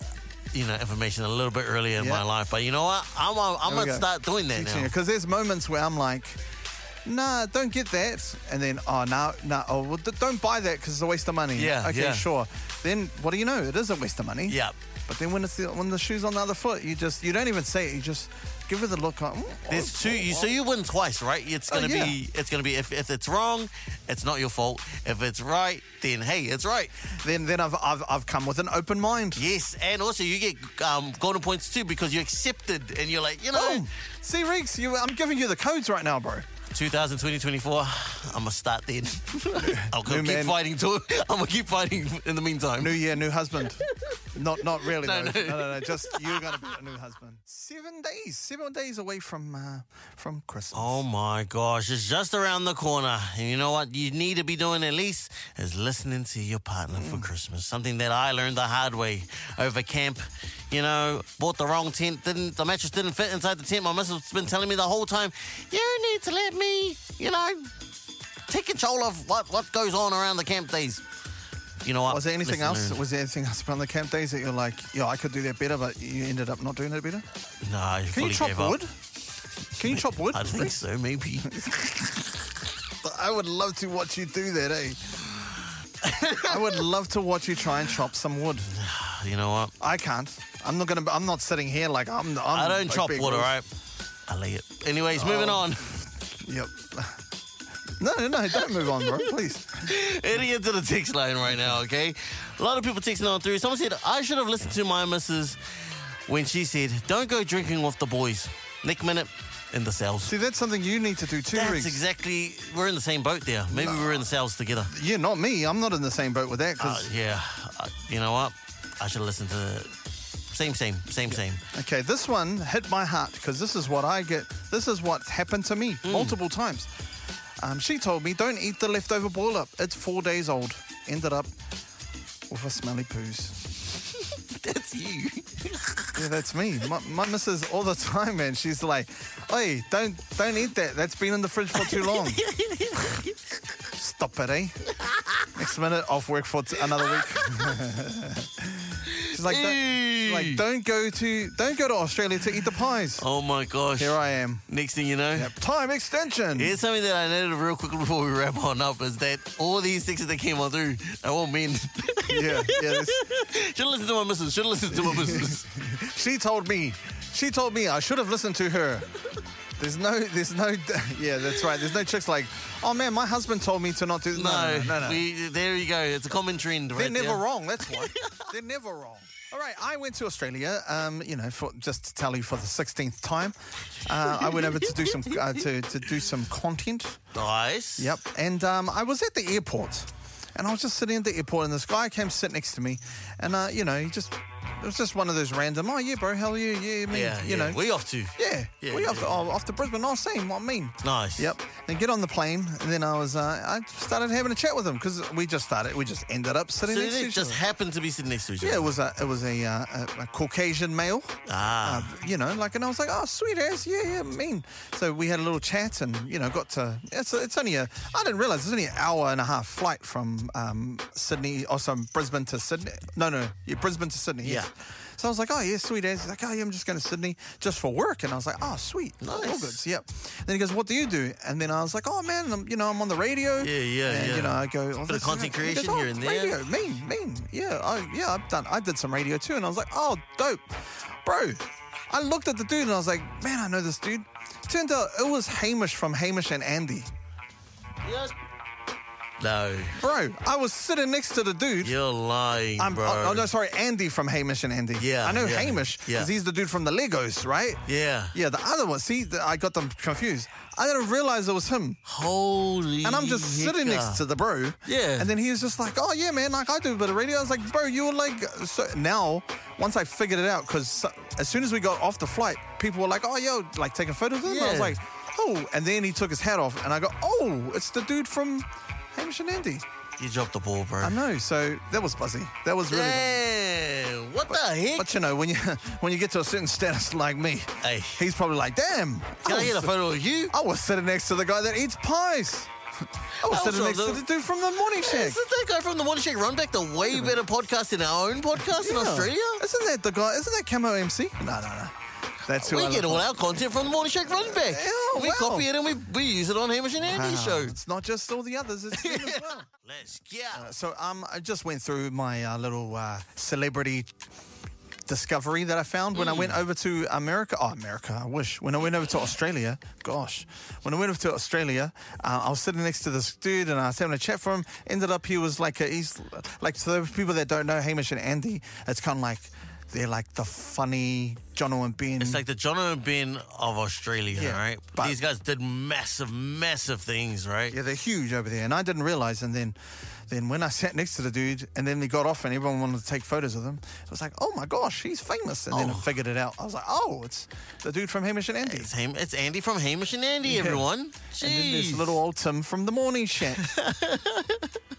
you know, information a little bit earlier in Yeah. my life. But you know what? I'm gonna- I'm There we gonna go. start doing that now. Because there's moments where I'm like, nah, don't get that. And then, oh, no, no, oh, well, th- don't buy that because it's a waste of money. Yeah, Okay, yeah. sure. Then what do you know? It is a waste of money. Yeah. But then when it's the, when the shoe's on the other foot, you just, you don't even say it. You just give it the look. Like, "Mm, There's two. You, so you win twice, right? It's Oh, gonna be. yeah. It's gonna be. If, if it's wrong, it's not your fault. If it's right, then hey, it's right. Then, then I've, I've, I've come with an open mind. Yes, and also you get um, golden points too because you accepted and you're like, you know, Boom. Oh. See, Reeks, you, I'm giving you the codes right now, bro. 2020, 2024, I'm gonna start then. I'll go New keep man. fighting too. I'm gonna keep fighting in the meantime. New year, new husband. not not really. No, though. no. no, no, no, Just you're gonna be a new husband. Seven days, seven days away from uh, from Christmas. Oh my gosh, it's just around the corner. And you know what you need to be doing at least is listening to your partner Mm. for Christmas. Something that I learned the hard way over camp. You know, bought the wrong tent, didn't the mattress didn't fit inside the tent. My missus has been telling me the whole time, you need to let me, you know, take control of what, what goes on around the camp days. You know what? Was there anything Lesson else? learned. Was there anything else around the camp days that you're like, yeah, I could do that better, but you ended up not doing it better? No, I Can fully you chop gave up. wood? Can you chop wood? I think so, maybe. I would love to watch you do that, eh? I would love to watch you try and chop some wood. you know what? I can't. I'm not gonna. I'm not sitting here like I'm. I'm I don't like Oh. chop Bear wood, all Grylls. right? I lay it. Anyways, moving on. Yep. No, no, no, don't move on, bro. Please. Heading into the text line right now, okay? A lot of people texting on through. Someone said, I should have listened to my missus when she said, don't go drinking with the boys. Nick Minute in the cells. See, that's something you need to do too, That's Riggs. exactly, we're in the same boat there. Maybe we're in the cells together. Yeah, not me. I'm not in the same boat with that. Uh, 'cause- yeah, uh, you know what? I should listen to same, same, same, same. okay, this one hit my heart because this is what I get. This is what's happened to Hmm. me multiple times. Um, she told me, "Don't eat the leftover boil up. It's four days old." Ended up with a smelly poos. That's you. Yeah, that's me. My, my missus all the time, man. She's like, "Hey, don't don't eat that. That's been in the fridge for too long." Stop it, eh? Next minute, off work for t- another week. she's like, "Don't- she's like, don't go to don't go to Australia to eat the pies. oh my gosh. Here I am. Next thing you know, Yep. Time extension. Here's something that I noted real quick before we wrap on up is that all these things that came on through are all men. Yeah, yeah. this- Should listen to my missus. Should listen to my missus. She told me. She told me I should have listened to her. There's no, there's no, yeah, that's right. There's no chicks like, oh man, my husband told me to not do. No, no, no, no. no. We, there you go. It's a common trend, right? They're never there. wrong. That's why. They're never wrong. All right, I went to Australia. Um, you know, for, just to tell you for the sixteenth time, uh, I went over to do some uh, to, to do some content. Nice. Yep. And um, I was at the airport, and I was just sitting at the airport, and this guy came sit next to me, and uh, you know, he just it was just one of those random, oh yeah, bro, hell yeah, yeah, I mean, Yeah. you yeah. know, we off to. yeah, Yeah, we yeah, off, yeah. oh, off to Brisbane. Oh, same, what I mean. Nice. Yep. Then get on the plane, and then I was uh, I started having a chat with him because we just started, we just ended up So sitting next to they each just other. happened to be sitting next to each other. Yeah, it was a it was a, uh, a, a Caucasian male. Uh, Ah. you know, like, and I was like, oh, sweet ass, yeah, yeah, mean. So we had a little chat, and you know, got to. It's it's only a. I didn't realize it's only an hour and a half flight from um, Sydney, or from Brisbane to Sydney. No, no, yeah, Brisbane to Sydney. yes. Yeah. So I was like, oh yeah, sweet ass. He's like, oh yeah, I'm just going to Sydney just for work, and I was like, oh sweet, all Nice. good. So, yep. Then he goes, what do you do? And then I was like, oh man, I'm, you know, I'm on the radio. Yeah, yeah, and, yeah. You know, I go, oh, Bit of this- content he goes, creation "Oh, here and there." Radio, mean, mean. Yeah, I, yeah, I've done. I did some radio too, and I was like, oh, dope, bro. I looked at the dude and I was like, man, I know this dude. Turned out it was Hamish from Hamish and Andy, No. bro. I was sitting next to the dude. You're lying, I'm, bro. oh, oh, no, sorry, Andy from Hamish and Andy. Yeah, I know yeah, Hamish because yeah. he's the dude from the Legos, right? Yeah. Yeah, the other one. See, th- I got them confused. I didn't realize it was him. Holy. And I'm just sitting hiccup. next to the bro. Yeah. And then he was just like, oh, yeah, man, like I do a bit of radio. I was like, bro, you were like, so now, once I figured it out, because as soon as we got off the flight, people were like, oh, yo, like taking photos of him. I was Yeah. like, oh. And then he took his hat off, and I go, oh, it's the dude from Hamish and Andy. You dropped the ball, bro. I know. So that was buzzy. That was really buzzy. Damn. What the heck? But you know, when you when you get to a certain status like me, Hey. he's probably like, damn. Can I was- get a photo of you? I was sitting next to the guy that eats pies. I was sitting Also, next to the- the dude from the morning shack. Isn't that guy from the Morning Shack Run Back the way better podcast than our own podcast in Yeah. Australia? Isn't that the guy? Isn't that Camo MC? No, no, no. That's who We I get look all for. our content from the Morning Shack Run Back. Yeah, we wow. copy it and we, we use it on Hamish and Andy's Ah, show. It's not just all the others. It's them as well. Let's go. So um, I just went through my uh, little uh, celebrity discovery that I found when I Mm. went over to America. Oh, America! I wish when I went over to Australia. Gosh, when I went over to Australia, uh, I was sitting next to this dude and I was having a chat for him. Ended up he was like a, he's like to those people that don't know Hamish and Andy. It's kind of like they're like the funny Jono and Ben. It's like the John and Ben of Australia, Yeah, right? but- These guys did massive, massive things, right? Yeah, they're huge over there, and I didn't realize. And then, then when I sat next to the dude, and then they got off, and everyone wanted to take photos of them. I was like, oh my gosh, he's famous. And then I Oh. figured it out. I was like, oh, it's the dude from Hamish and Andy. It's, Ham- it's Andy from Hamish and Andy, Yeah. everyone. And then there's Jeez. little old Tim from the morning shack.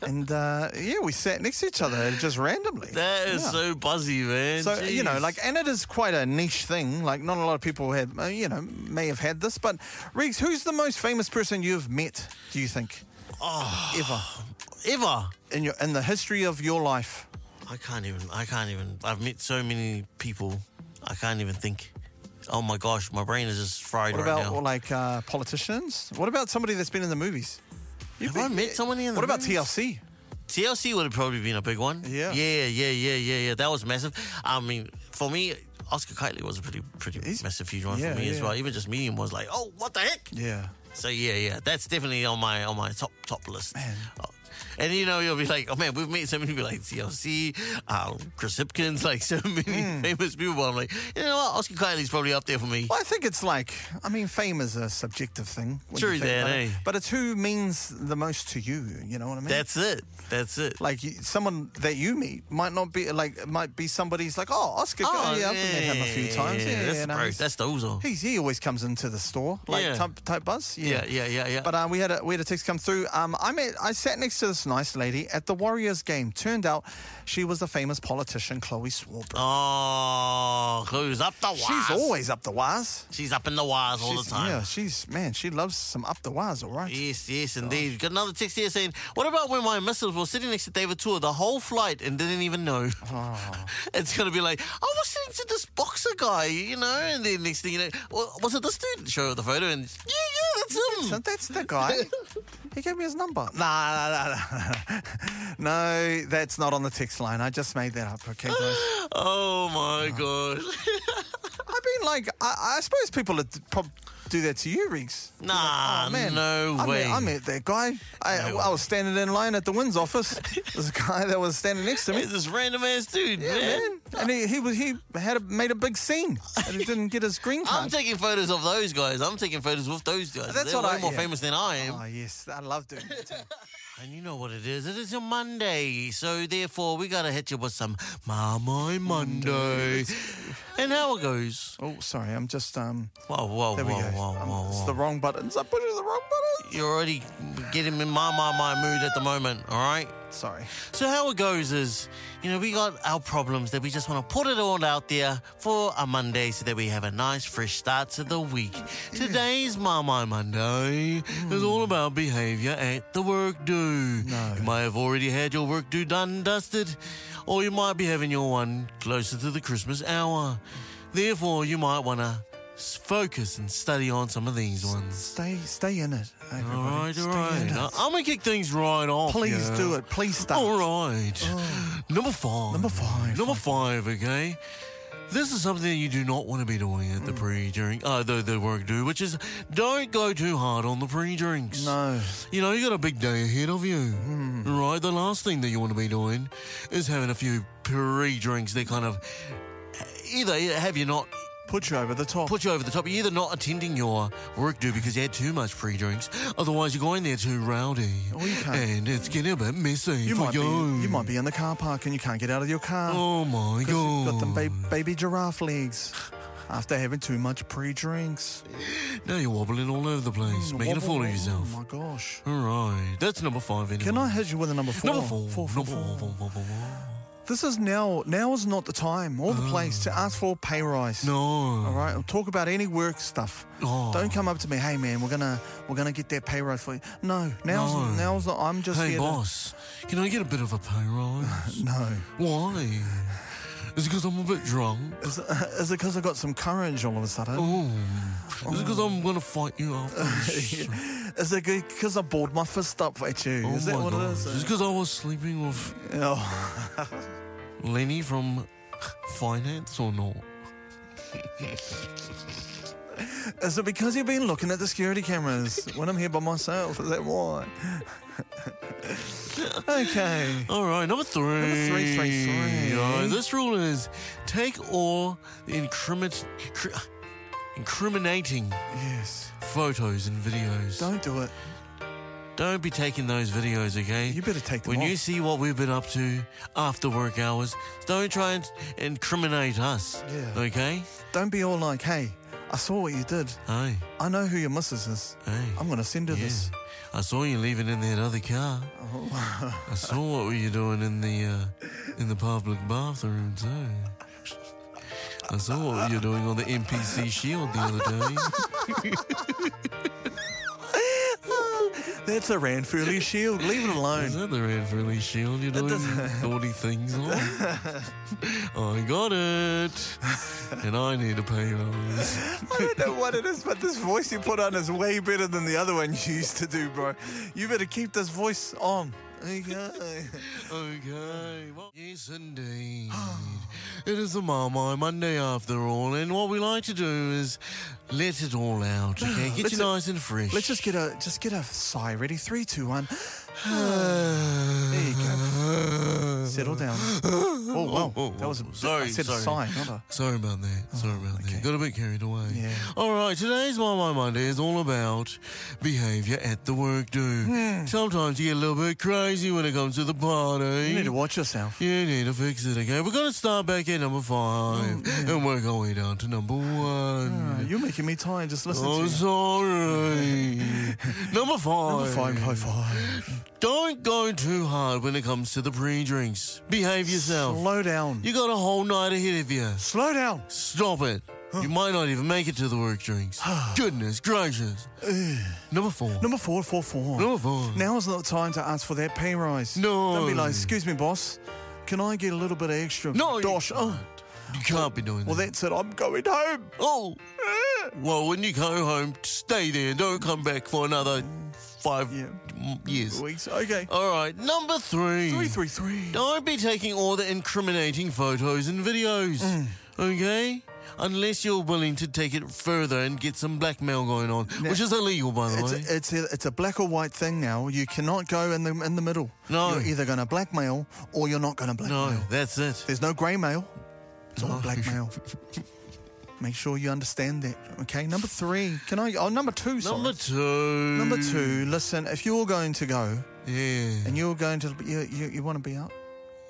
and uh, yeah, we sat next to each other just randomly. that is Yeah. so buzzy, man. So you know, Jeez. like, and it is quite a niche thing. Like, not a lot of people have, uh, you know, may have had this. But Riggs, who's the most famous person you've met? Do you think? Oh, ever. ever. in your in the history of your life. I can't even. I can't even. I've met so many people. I can't even think. Oh my gosh, my brain is just fried What right about now. like uh, politicians? What about somebody that's been in the movies? You've Have I met someone in the What about movies? TLC? TLC would have probably been a big one. Yeah. Yeah, yeah, yeah, yeah, yeah. That was massive. I mean, for me, Oscar Kiteley was a pretty, pretty He's- massive, huge one yeah, for me as yeah. well. Even just meeting him was like, oh, what the heck? Yeah. So yeah, yeah, that's definitely on my on my top top list. Oh. And you know you'll be like, oh man, we've met so many people like TLC, um, Chris Hipkins, like so many Hmm. famous people. But I'm like, you know what, Oscar Kiley's probably up there for me. Well, I think it's like I mean, fame is a subjective thing. when you True think that, about it. eh? But it's who means the most to you. You know what I mean? That's it. That's it. like you- someone that you meet might not be like it might be somebody's like oh Oscar. Oh, yeah, I've met him a few yeah, times. Yeah, that's yeah, no, bro, he's- that's those are. He's, he always comes into the store, like Yeah. type, type buzz. Yeah, yeah, yeah, yeah. But uh, we had a we had a text come through. Um, I met I sat next to this nice lady at the Warriors game. Turned out she was the famous politician Chloe Swarbrick. Oh, Chloe's up the wires. she's always up the wires. she's up in the wires all the She's- Yeah, time. she's man, she loves some up the wires, all right. Yes, yes, indeed. Got another text here saying, "What about when my missus was sitting next to David Tour the whole flight and didn't even know?" Oh. it's gonna be like, "I was sitting to this boxer guy, you know," and then next thing you know, well, was it this dude? Show her the photo, and yeah, yeah, that's So him. that's the guy. he gave me his number. Nah, nah, nah, nah. no, that's not on the text line. I just made that up. Okay, guys. Oh my gosh. I mean, like, I, I suppose people would prob- do that to you, Riggs. Nah, Oh, man. no I way. Met, I met that guy. I, No I way. was standing in line at the Wynn's office. There's a guy that was standing next to me. this random ass dude, Yeah, man. man. And he, he was he had a, made a big scene and he didn't get his green I'm card. taking photos of those guys. I'm taking photos with those guys. That's They're what way I- more yeah. famous than I am. Oh yes, I love doing that. too. And you know what it is? It is a Monday, so therefore we gotta hit you with some My Monday. and how it goes? Oh, sorry, I'm just um. Whoa, whoa, There whoa, we go. whoa, Um, whoa, It's whoa. the wrong buttons. I pushed the wrong button. You're already getting in my my my mood at the moment. All right. Sorry. So how it goes is, you know, we got our problems that we just want to put it all out there for a Monday so that we have a nice fresh start to the week. Today's My My Monday Hmm. is all about behaviour at the work do. You might have already had your work do done and dusted, or you might be having your one closer to the Christmas hour. Therefore, you might want to focus and study on some of these ones. Stay stay in it. Everybody. All right, stay all In right. it. Now, I'm gonna kick things right off. Please yeah. do it. Please start. All right. Number five. Oh. Number five. Number five, okay? This is something you do not want to be doing at the Mm. pre, during, uh, the, the work do, which is don't go too hard on the pre drinks. No. Mm. You know, you got a big day ahead of you. Right? The last thing that you want to be doing is having a few pre drinks that kind of either have you not Put you over the top. put you over the top. You're either not attending your work do because you had too much free drinks, otherwise you're going there too rowdy. Oh, you can't. And it's getting a bit messy you for might you. be you might be in the car park and you can't get out of your car. Oh my god. 'Cause you've got them ba- baby giraffe legs after having too much pre-drinks. now you're wobbling all over the place, Mm, making a fool of yourself. Oh my gosh. All right. That's number five anyway. Can I hit you with a number four? Number four. Four, four, number four. four, four, four, four. This is now. Now is not the time or the place to ask for a pay rise. All No. right, I'll talk about any work stuff. Oh. Don't come up to me, hey man, we're gonna we're gonna get that pay rise for you. No, now's No. now's not. I'm just Hey, here. to- boss, can I get a bit of a pay rise? no, Why? Is it because I'm a bit drunk? is it, is it because I got some courage all of a sudden? Oh. Is it because I'm going to fight you after this? Is it because I balled my fist up at you? Oh is that my what God. it is? Is it because I was sleeping with Oh, Lenny from finance or not? is it because you've been looking at the security cameras when I'm here by myself? Is that why? okay. All right, number three. Number three, three, three. Yeah, this rule is take all the incrimin- cri- incriminating Yes. photos and videos. Don't do it. Don't be taking those videos, okay? You better take them When off. you see what we've been up to after work hours, don't try and incriminate us. Yeah. Okay? Don't be all like, hey, I saw what you did. Hey, I know who your missus is. hey. I'm going to send her yeah. this. I saw you leaving in that other car. Oh. I saw what were you doing in the uh, in the public bathroom too. I saw what you were doing on the NPC shield the other day. That's a Ranfurly shield. Leave it alone. Is that the red friendly shield you're doing naughty things on? I got it. And I need a pay rise. I don't know what it is, but this voice you put on is way better than the other one you used to do, bro. You better keep this voice on. Okay. Okay. Hmm. Well, yes, indeed. it is a Marmite Monday after all, and what we like to do is let it all out. Okay, get Let's you ju- nice and fresh. Let's just get a just get a sigh ready. Three, two, one. there you go. Settle down. Uh-huh. Oh wow, oh, that was a, sorry, I said a sigh, sorry. not a. Sorry about that. Sorry about Oh, okay. that. Got a bit carried away. Yeah. All right, today's My My Monday is all about behaviour at the work, do. Hmm. Sometimes you get a little bit crazy when it comes to the party. You need to watch yourself. You need to fix it again. We're going to start back at number Oh, five and work our way down to number Uh, one. You're making me tired. Just listen Oh, to you. sorry. number Number five. five, five, five. Don't go too hard when it comes to the pre-drinks. Behave yourself. Slow down. You got a whole night ahead of you. Slow down. Stop it. You might not even make it to the work drinks. Goodness gracious. Number four. Number four, four, four. Number four. Now is not the time to ask for that pay rise. No. Don't be like, excuse me, boss. Can I get a little bit of extra? No, you Dosh. can't. Oh. You can't be doing Well, that. that's it. I'm going home. Oh. Well, when you go home, stay there. Don't come back for another five Yeah. m- years. Weeks. Okay. All right. Number three. Three, three, three. Don't be taking all the incriminating photos and videos. Mm. Okay? Unless you're willing to take it further and get some blackmail going on, which is illegal, by the It's way. a, it's, a, it's a black or white thing now. You cannot go in the in the middle. No. You're either going to blackmail or you're not going to blackmail. no, that's it. There's no grey mail. It's all No. blackmail. Make sure you understand that. Okay. Number three. Can I? Oh, number two. Sorry. Number two. Number two. Listen, if you're going to go Yeah. and you're going to you you, you want to be out,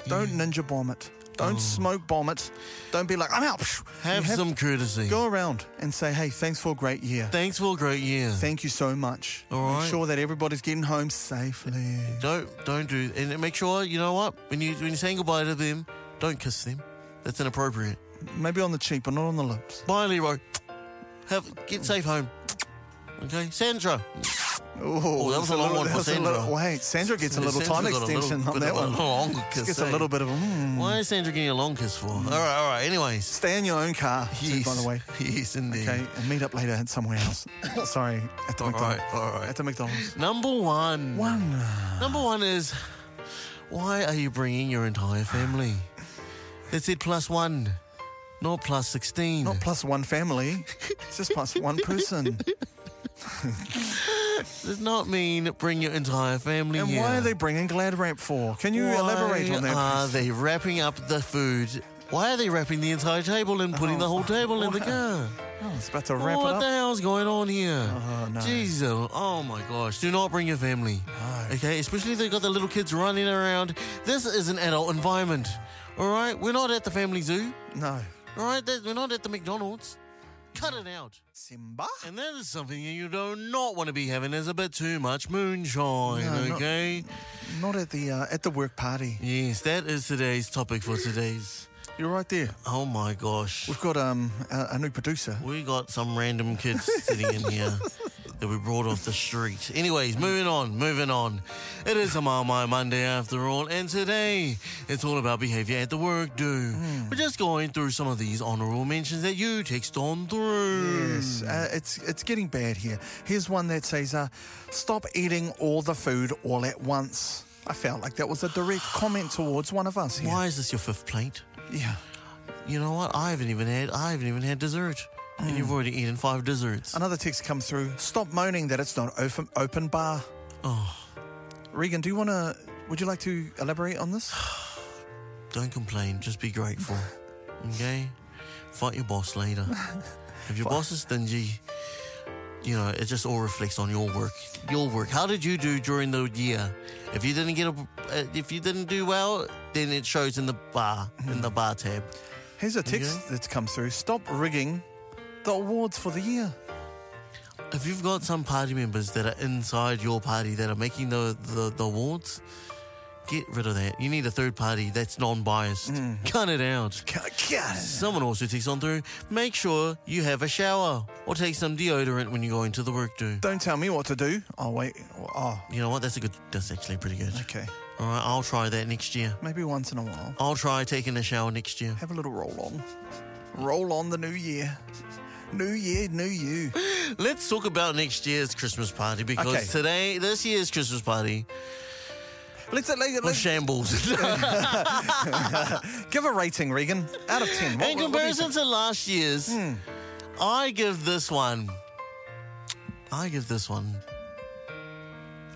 don't ninja bomb it. Don't smoke bomb it. Don't be like I'm out. Oh. Have, You some courtesy. Go around and say, hey, thanks for a great year. Thanks for a great year. Thank you so much. All Make right. sure that everybody's getting home safely. don't don't do and make sure you know what when you when you're saying goodbye to them, don't kiss them. That's inappropriate. Maybe on the cheek, but not on the lips. Bye, Leroy. Have get safe home. Okay, Sandra. Oh, that was that's a long little- one for that's a Sandra. little- wait, Sandra gets a little Sandra time got a little extension bit on that of a one. longer She kiss, gets a eh? little bit of a. Mm. Why is Sandra getting a long kiss for? All right, all right. Anyways, Stay in your own car, too, yes, by the way. yes, indeed. Okay, and meet up later at somewhere else. Sorry, at the All McDonald's. right, all right. At the McDonald's. Number one. One. Number one is why are you bringing your entire family? It said plus one, not plus 16. Not plus one family. It's just plus one person. Does not mean bring your entire family And here. why are they bringing Glad Wrap for? Can you Why elaborate on that? Are please? they wrapping up the food? Why are they wrapping the entire table and putting the whole table in the car? Oh, it's about to wrap what it up. the hell's going on here? Oh, no. Jesus. Oh, my gosh. Do not bring your family. Okay, especially if they've got the little kids running around. This is an adult environment. All right? We're not at the family zoo. No. All right? That- We're not at the McDonald's. Cut it out. Simba? And that is something that you do not want to be having as a bit too much moonshine, No, not- okay? Not at the uh, at the work party. Yes, that is today's topic for today's. You're right there. Oh my gosh. We've got um a, a new producer. We got some random kids sitting in here that we brought off the street. Anyways, moving on, moving on. It is a My Monday after all, and today it's all about behaviour at the work, do. We're just going through some of these honourable mentions that you text on through. Yes, uh, it's it's getting bad here. Here's one that says, uh, "Stop eating all the food all at once." I felt like that was a direct comment towards one of us here. Why is this your fifth plate? Yeah, You know what? I haven't even had I haven't even had dessert. And you've already eaten five desserts. another text comes through. Stop moaning that it's not open open bar. Oh, Regan, do you want to? Would you like to elaborate on this? don't complain, just be grateful. Okay? Fight your boss later. if your boss is stingy, you know, it just all reflects on your work. Your work. How did you do during the year? If you didn't get a uh, if you didn't do well, then it shows in the bar, in the bar tab. Here's a text that's come through. Stop rigging the awards for the year. If you've got some party members that are inside your party that are making the, the, the awards, get rid of that. You need a third party that's non biased. Cut it out. God, God. Someone also takes on through, make sure you have a shower or take some deodorant when you go into the work do. Don't tell me what to do. Oh wait. Oh, You know what? That's a good, that's actually pretty good. okay. All right, I'll try that next year. Maybe once in a while. I'll try taking a shower next year. Have a little roll on. Roll on the new year. New year, new you. Let's talk about next year's Christmas party because Okay. today, this year's Christmas party Let's, let's, was let's shambles. give a rating, Regan. Out of ten. What- In what- what do you Hmm. comparison to last year's, I give this one. I give this one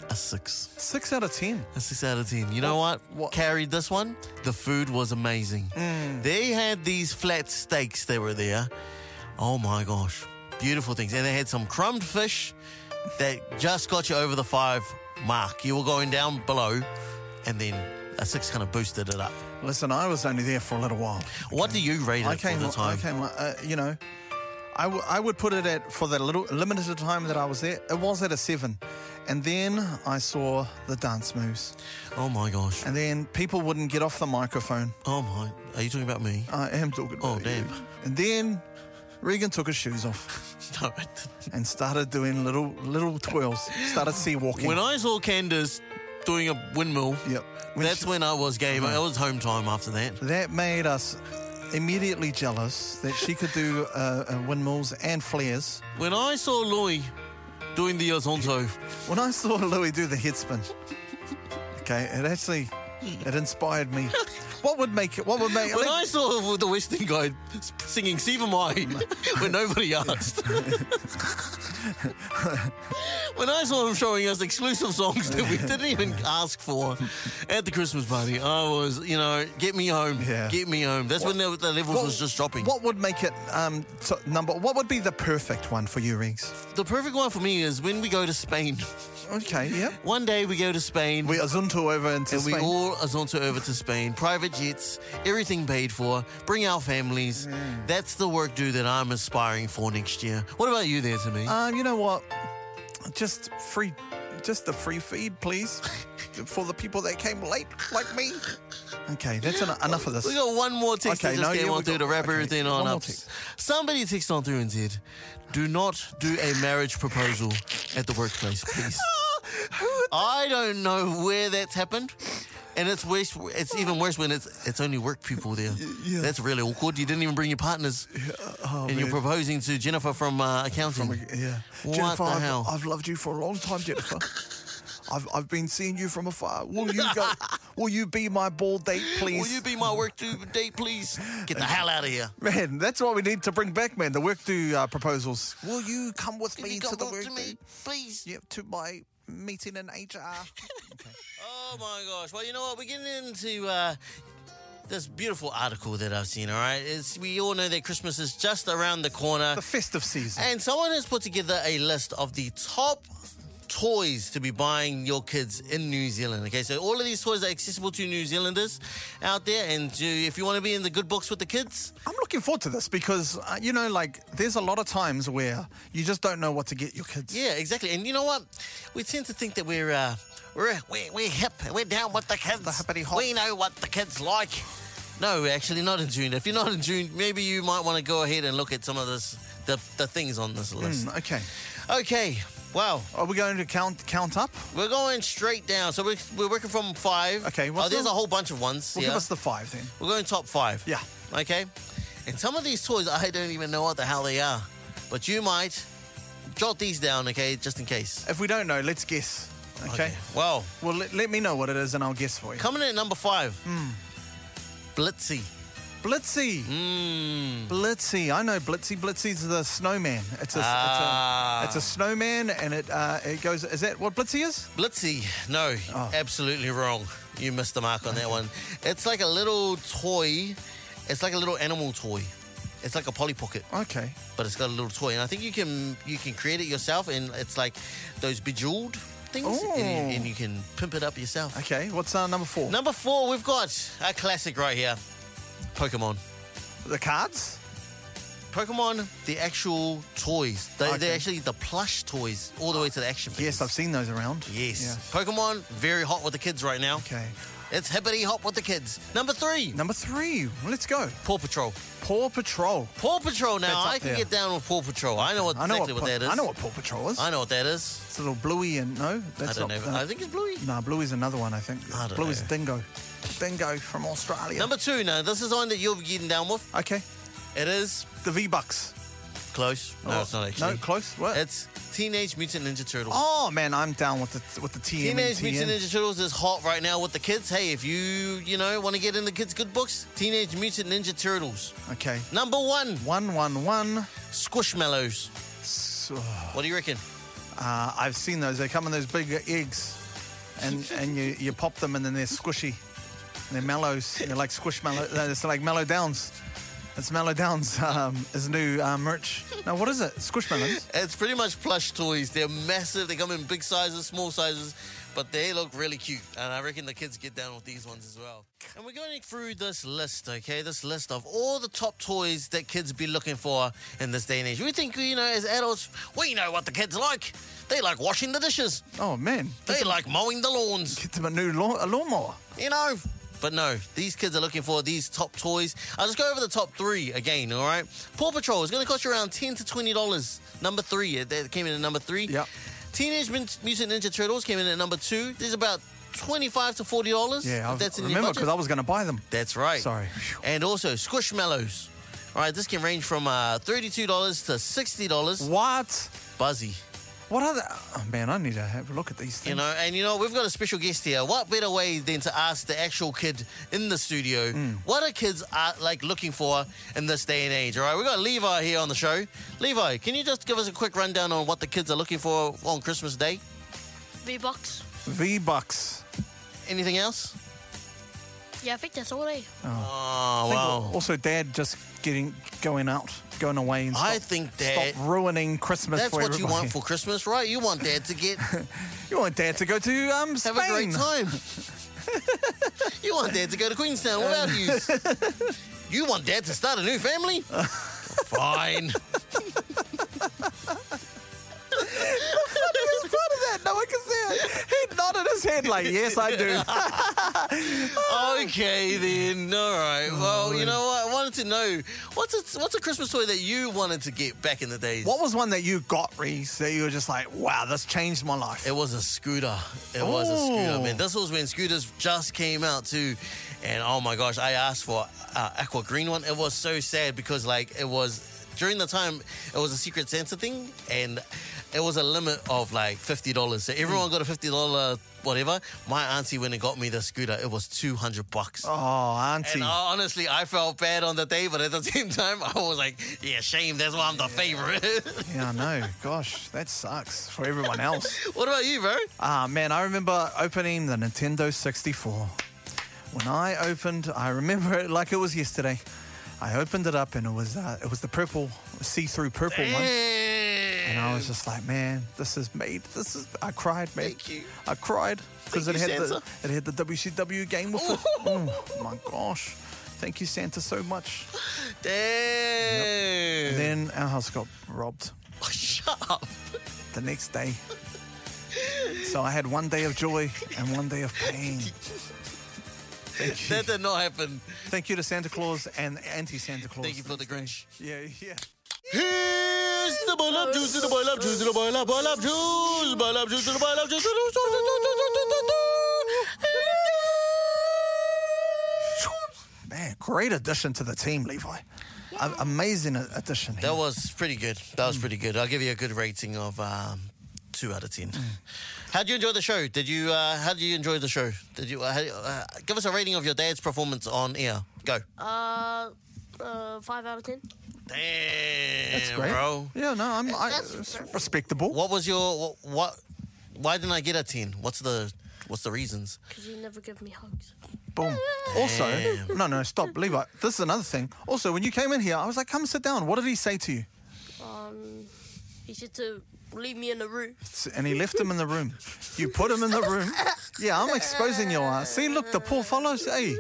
a six. think? Six out of ten. A six out of ten. You know what? what- Mm. Carried this one. The food was amazing. They had these flat steaks that were there. Oh my gosh. Beautiful things. And they had some crumbed fish that just got you over the five mark. You were going down below, and then a six kind of boosted it up. Listen, I was only there for a little while. What do you rate it I came. for the I time? came. Uh, you know, I, w- I would put it at for the little limited time that I was there. It was at a seven, and then I saw the dance moves, Oh my gosh. and then people wouldn't get off the microphone. Oh my! Are you talking about me? I am talking. Oh, about you. damn. And then Regan took his shoes off No, I didn't. and started doing little little twirls. Started sea walking. when I saw Candace doing a windmill, yep. When that's she- when I was game. It was home time after that. That made us immediately jealous that she could do uh, uh, windmills and flares. When I saw Louis doing the Azonto, When I saw Louis do the headspin, okay, it actually it inspired me. What would make it? What would make when let- I saw the Western guy singing Sivamai when nobody asked, when I saw him showing us exclusive songs that we didn't even ask for at the Christmas party, I was, you know, get me home, Yeah. get me home. That's when the, the levels what- was just dropping. What would make it um, t- number? What would be the perfect one for you, Riggs? The perfect one for me is when we go to Spain. Okay, yep. One day we go to Spain. We azunto over into and we Spain. all azonto over to Spain, private jets, everything paid for, bring our families. That's the work do that I'm aspiring for next year. What about you there, to me? Um, you know what? Just free, just the free feed, please, for the people that came late, like me. Okay, that's en- enough of this. we got one more text okay, that just no, came yeah, on we through got- to wrap okay, everything one on more up. text. Somebody texted on through and said, do not do a marriage proposal at the workplace, please. I don't know where that's happened. And it's worse. It's even worse when it's it's only work people there. yeah. That's really awkward. You didn't even bring your partners, Oh, and you're man. proposing to Jennifer from uh, accounting. Yeah. What Jennifer, the I've, hell? I've loved you for a long time, Jennifer. I've, I've been seeing you from afar. Will you go? will you be my ball date, please? Will you be my work to date, please? Get the hell out of here. man, that's what we need to bring back, man. The work do uh, proposals. Will you come with Can me you to come the talk work to me, please? Yep, to my meeting in HR. Oh my gosh. Well, you know what? We're getting into uh, this beautiful article that I've seen, all right? It's, we all know that Christmas is just around the corner. the festive season. And someone has put together a list of the top toys to be buying your kids in New Zealand. Okay, so all of these toys are accessible to New Zealanders out there, and to, if you want to be in the good books with the kids, I'm looking forward to this because, uh, you know, like, there's a lot of times where you just don't know what to get your kids. yeah, exactly. And you know what? We tend to think that we're uh, we're we're, we're hip, we're down with the kids. The hippity hop. We know what the kids like. No, we're actually not in June. If you're not in June, maybe you might want to go ahead and look at some of this the, the things on this list. Mm, okay. Okay. Wow. Are we going to count count up? We're going straight down. So we're, we're working from five. Okay, Oh, what's there's the- a whole bunch of ones. Well, yeah. give us the five then. We're going top five. Yeah. Okay. And some of these toys, I don't even know what the hell they are. But you might jot these down, okay, just in case. If we don't know, let's guess. Okay. Well, Well, let, let me know what it is and I'll guess for you. coming in at number five. Hmm. Blitzy. Blitzy. Mm. Blitzy. I know Blitzy. Blitzy's the snowman. It's a, Ah. it's a, it's a snowman and it uh, it goes. Is that what Blitzy is? Blitzy. No, Oh. absolutely wrong. You missed the mark on that one. It's like a little toy. It's like a little animal toy. It's like a Polly Pocket. Okay. but it's got a little toy, and I think you can you can create it yourself, and it's like those bejeweled things, and Ooh. you, and you can pimp it up yourself. Okay. What's uh, number four? Number four, we've got a classic right here, Pokemon. The cards. Pokemon, the actual toys. They, Okay. They're actually the plush toys, all the way to the action figures. Yes, I've seen those around. Yes. Pokemon, very hot with the kids right now. Yeah. Okay. It's hippity hot with the kids. Number three, Number three. Let's go. Paw Patrol. Paw Patrol. Paw Patrol. Now That's up I can there. get down with Paw Patrol. I know what, I know exactly what, what, that is. I know what Paw Patrol is. I know what that is. It's a little bluey and no, that's I don't not. know. I think it's Bluey. Nah, Bluey's another one. I think. I don't Bluey's know. dingo, dingo from Australia. Number two, now this is one that you'll be getting down with. okay, It is the V Bucks. close. No, it's not actually. Oh, No, close. What? It's Teenage Mutant Ninja Turtles. oh man, I'm down with the with the TM. Teenage Mutant Ninja Turtles is hot right now with the kids. Hey, if you you know want to get in the kids' good books, Teenage Mutant Ninja Turtles. Okay, Number one, one one one. Squishmallows. So, What do you reckon? uh, I've seen those. They come in those big eggs, and and you you pop them and then they're squishy. And they're mellows. They're like squishmallow. no, It's like mellow downs. It's mellow downs. Um, is new uh, merch. No, what is it? Squishmallows. It's pretty much plush toys. They're massive. They come in big sizes, small sizes, but they look really cute. And I reckon the kids get down with these ones as well. And we're going through this list, okay? This list of all the top toys that kids be looking for in this day and age. We think, you know, as adults, we know what the kids like. They like washing the dishes. Oh man, They like mowing the lawns, get them a new lawn, a lawnmower. you know. But no, these kids are looking for these top toys. I'll just go over the top three again, all right? Paw Patrol is going to cost you around 10 to $20. Number three, it- that came in at number three. Yep. Teenage Mut- Mutant Ninja Turtles came in at number two. There's about 25 to $40. Yeah, if I that's in your remember budget. because I was going to buy them. That's right. Sorry. Phew. And also Squishmallows. All right, this can range from uh, $32 to $60. What? Buzzy. What are the? Oh man, I need to have a look at these things. You know, and you know, we've got a special guest here. What better way than to ask the actual kid in the studio Hmm. what are kids are like looking for in this day and age? All right, we've got Levi here on the show. Levi, can you just give us a quick rundown on what the kids are looking for on Christmas Day? V Bucks. V bucks. Anything else? Yeah, I think that's all eh? Oh, wow. Also, Dad just getting going out, going away, and stop, I think that- stop ruining Christmas. That's for what you everybody. want for Christmas, right? You want dad to get have You want Dad to go to um Spain. a great time. you want dad to go to Queenstown without you. You want dad to start a new family? Fine. He's proud of that. No one can see it. He nodded his head like, "Yes, I do." Okay then. All Oh, right. Well, you know what? I wanted to know what's a, what's a Christmas toy that you wanted to get back in the days. what was one that you got, Reese? That you were just like, "Wow, this changed my life." It was a scooter. It was a scooter, Oh. man. This was when scooters just came out too, and oh my gosh, I asked for uh, aqua green one. It was so sad because like it was during the time it was a Secret Santa thing, and it was a limit of like fifty dollars. So Hmm. everyone got a fifty dollar whatever. My auntie went and got me the scooter. It was two hundred bucks. oh, Auntie. And I- honestly, I felt bad on the day, but at the same time, I was like, yeah, shame. That's why I'm the favorite. yeah, I know. Gosh, that sucks for everyone else. what about you, bro? Ah, man, I remember opening the Nintendo 64. When I opened, I remember it like it was yesterday. I opened it up and it was uh, it was the purple see-through purple one. And I was just like, man, this is me. This is. I cried, man. Thank you. I cried because it Thank had you, the it had the WCW game with it. Oh my gosh! Thank you, Santa, so much. Damn. Then our house got robbed Shut up. the next day. So I had one day of joy and one day of pain. Thank you, That did not happen. Thank you to Santa Claus and anti Santa Claus. Thank you for the Grinch. Yeah, yeah. Here's the boil up juice, the boil up juice, the boil up, boil up juice, boil up juice, the boil up juice. Man, great addition to the team, Levi. A- amazing a- addition. Here. That was pretty good. That Mm. was pretty good. I'll give you a good rating of um, two out of ten. Mm. How did you enjoy the show? Did you? Uh, how did you enjoy the show? Did you? Uh, how, uh, give us a rating of your dad's performance on air. Go. Uh, uh, five out of ten. Damn, That's great. bro. Yeah, no, I'm I, That's- it's respectable. What was your what, what? Why didn't I get a ten? What's the What's the reasons? Because you never give me hugs. Boom. Also, no, no, stop, Levi. This is another thing. Also, when you came in here, I was like, "Come sit down." What did he say to you? Um, he said to leave me in the room. And he left him in the room. You put him in the room. Yeah, I'm exposing your ass. See, look, the poor fellows. Hey,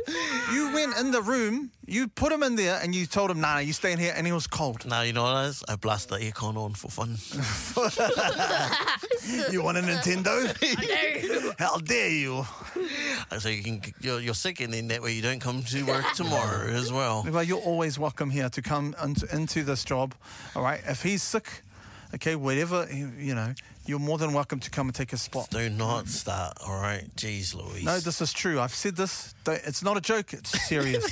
you went in the room. You put him in there, and you told him, "Nah, you stay in here." And he was cold. Now you know what it is? I blast the aircon on for fun. You want a Nintendo? How dare you? so you can you're, you're sick, and then that way you don't come to work tomorrow as well. Well, you're always welcome here to come into, into this job. All right. If he's sick, okay, whatever, you know, you're more than welcome to come and take a spot. Do not start. All right, jeez, Louise. No, this is true. I've said this. Don't- It's not a joke. It's serious.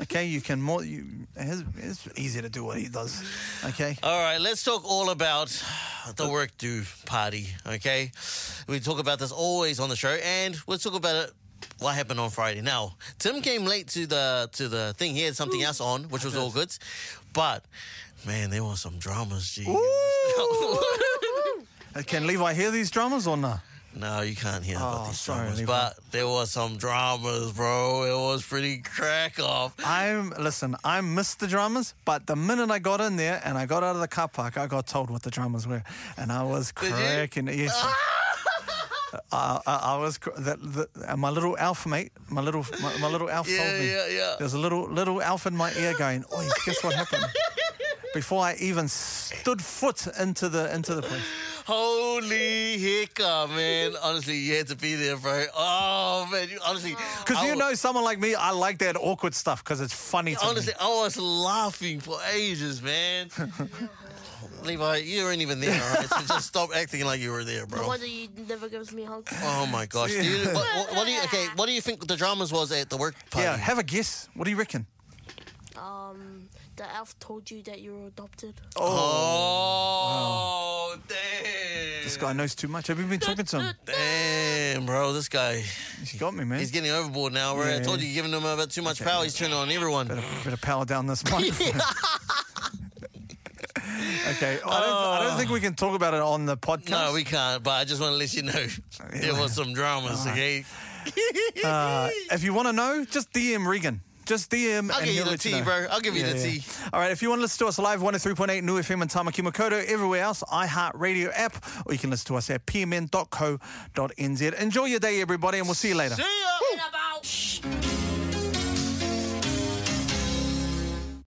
okay, you can more. You, it's, it's easy to do what he does. Okay. All right, let's talk all about the work do party, okay? We talk about this always on the show, and we'll talk about it. What happened on Friday? Now, Tim came late to the to the thing. He had something else on, which was all good, but man, there was some dramas. Gee, Uh, Can Levi hear these dramas or not? no, you can't hear Oh, about these sorry, dramas, Levi. but there was some dramas, bro. It was pretty crack off. I'm listen. I missed the dramas, but the minute I got in there and I got out of the car park, I got told what the dramas were, and I was you? cracking. Yes, I, I, I was. cr- That the, and my little alpha mate, my little my, my little alpha Yeah, told me. yeah, yeah. There's a little little alpha in my ear going, "Oi, guess what happened?" Before I even stood foot into the into the place. Holy hiccup, man! Honestly, you had to be there, bro. Oh man, you, honestly, Because I you was- know, someone like me, I like that awkward stuff because it's funny to Honestly, me. I was laughing for ages, man. Levi, you weren't even there, all right? So just stop acting like you were there, No bro. wonder you never gives me hugs. Oh my gosh. Do you, what, what- what do you, okay, what do you think the dramas was at the work party? Yeah, have a guess. What do you reckon? Um, the elf told you that you were adopted. oh, damn. This guy knows too much. Have you been talking to him? Damn, bro, this guy. He's got me, man. He's getting overboard now, bro. I Yeah. told you, you're giving him a bit too much power. He's turning on everyone. Better, better power down this microphone. okay, I don't, I don't think we can talk about it on the podcast. Oh. No, we can't, but I just want to let you know there was some dramas, okay? Uh, if you want to know, just DM Regan. Just DM I'll and give you he'll the let tea, know. bro. I'll give you the tea. All right, if you want to listen to us live, 103.8 New FM and Tamaki Makoto, everywhere else, iHeartRadio app, or you can listen to us at pmn.co.nz. Enjoy your day, everybody, and we'll see you later. See ya! About.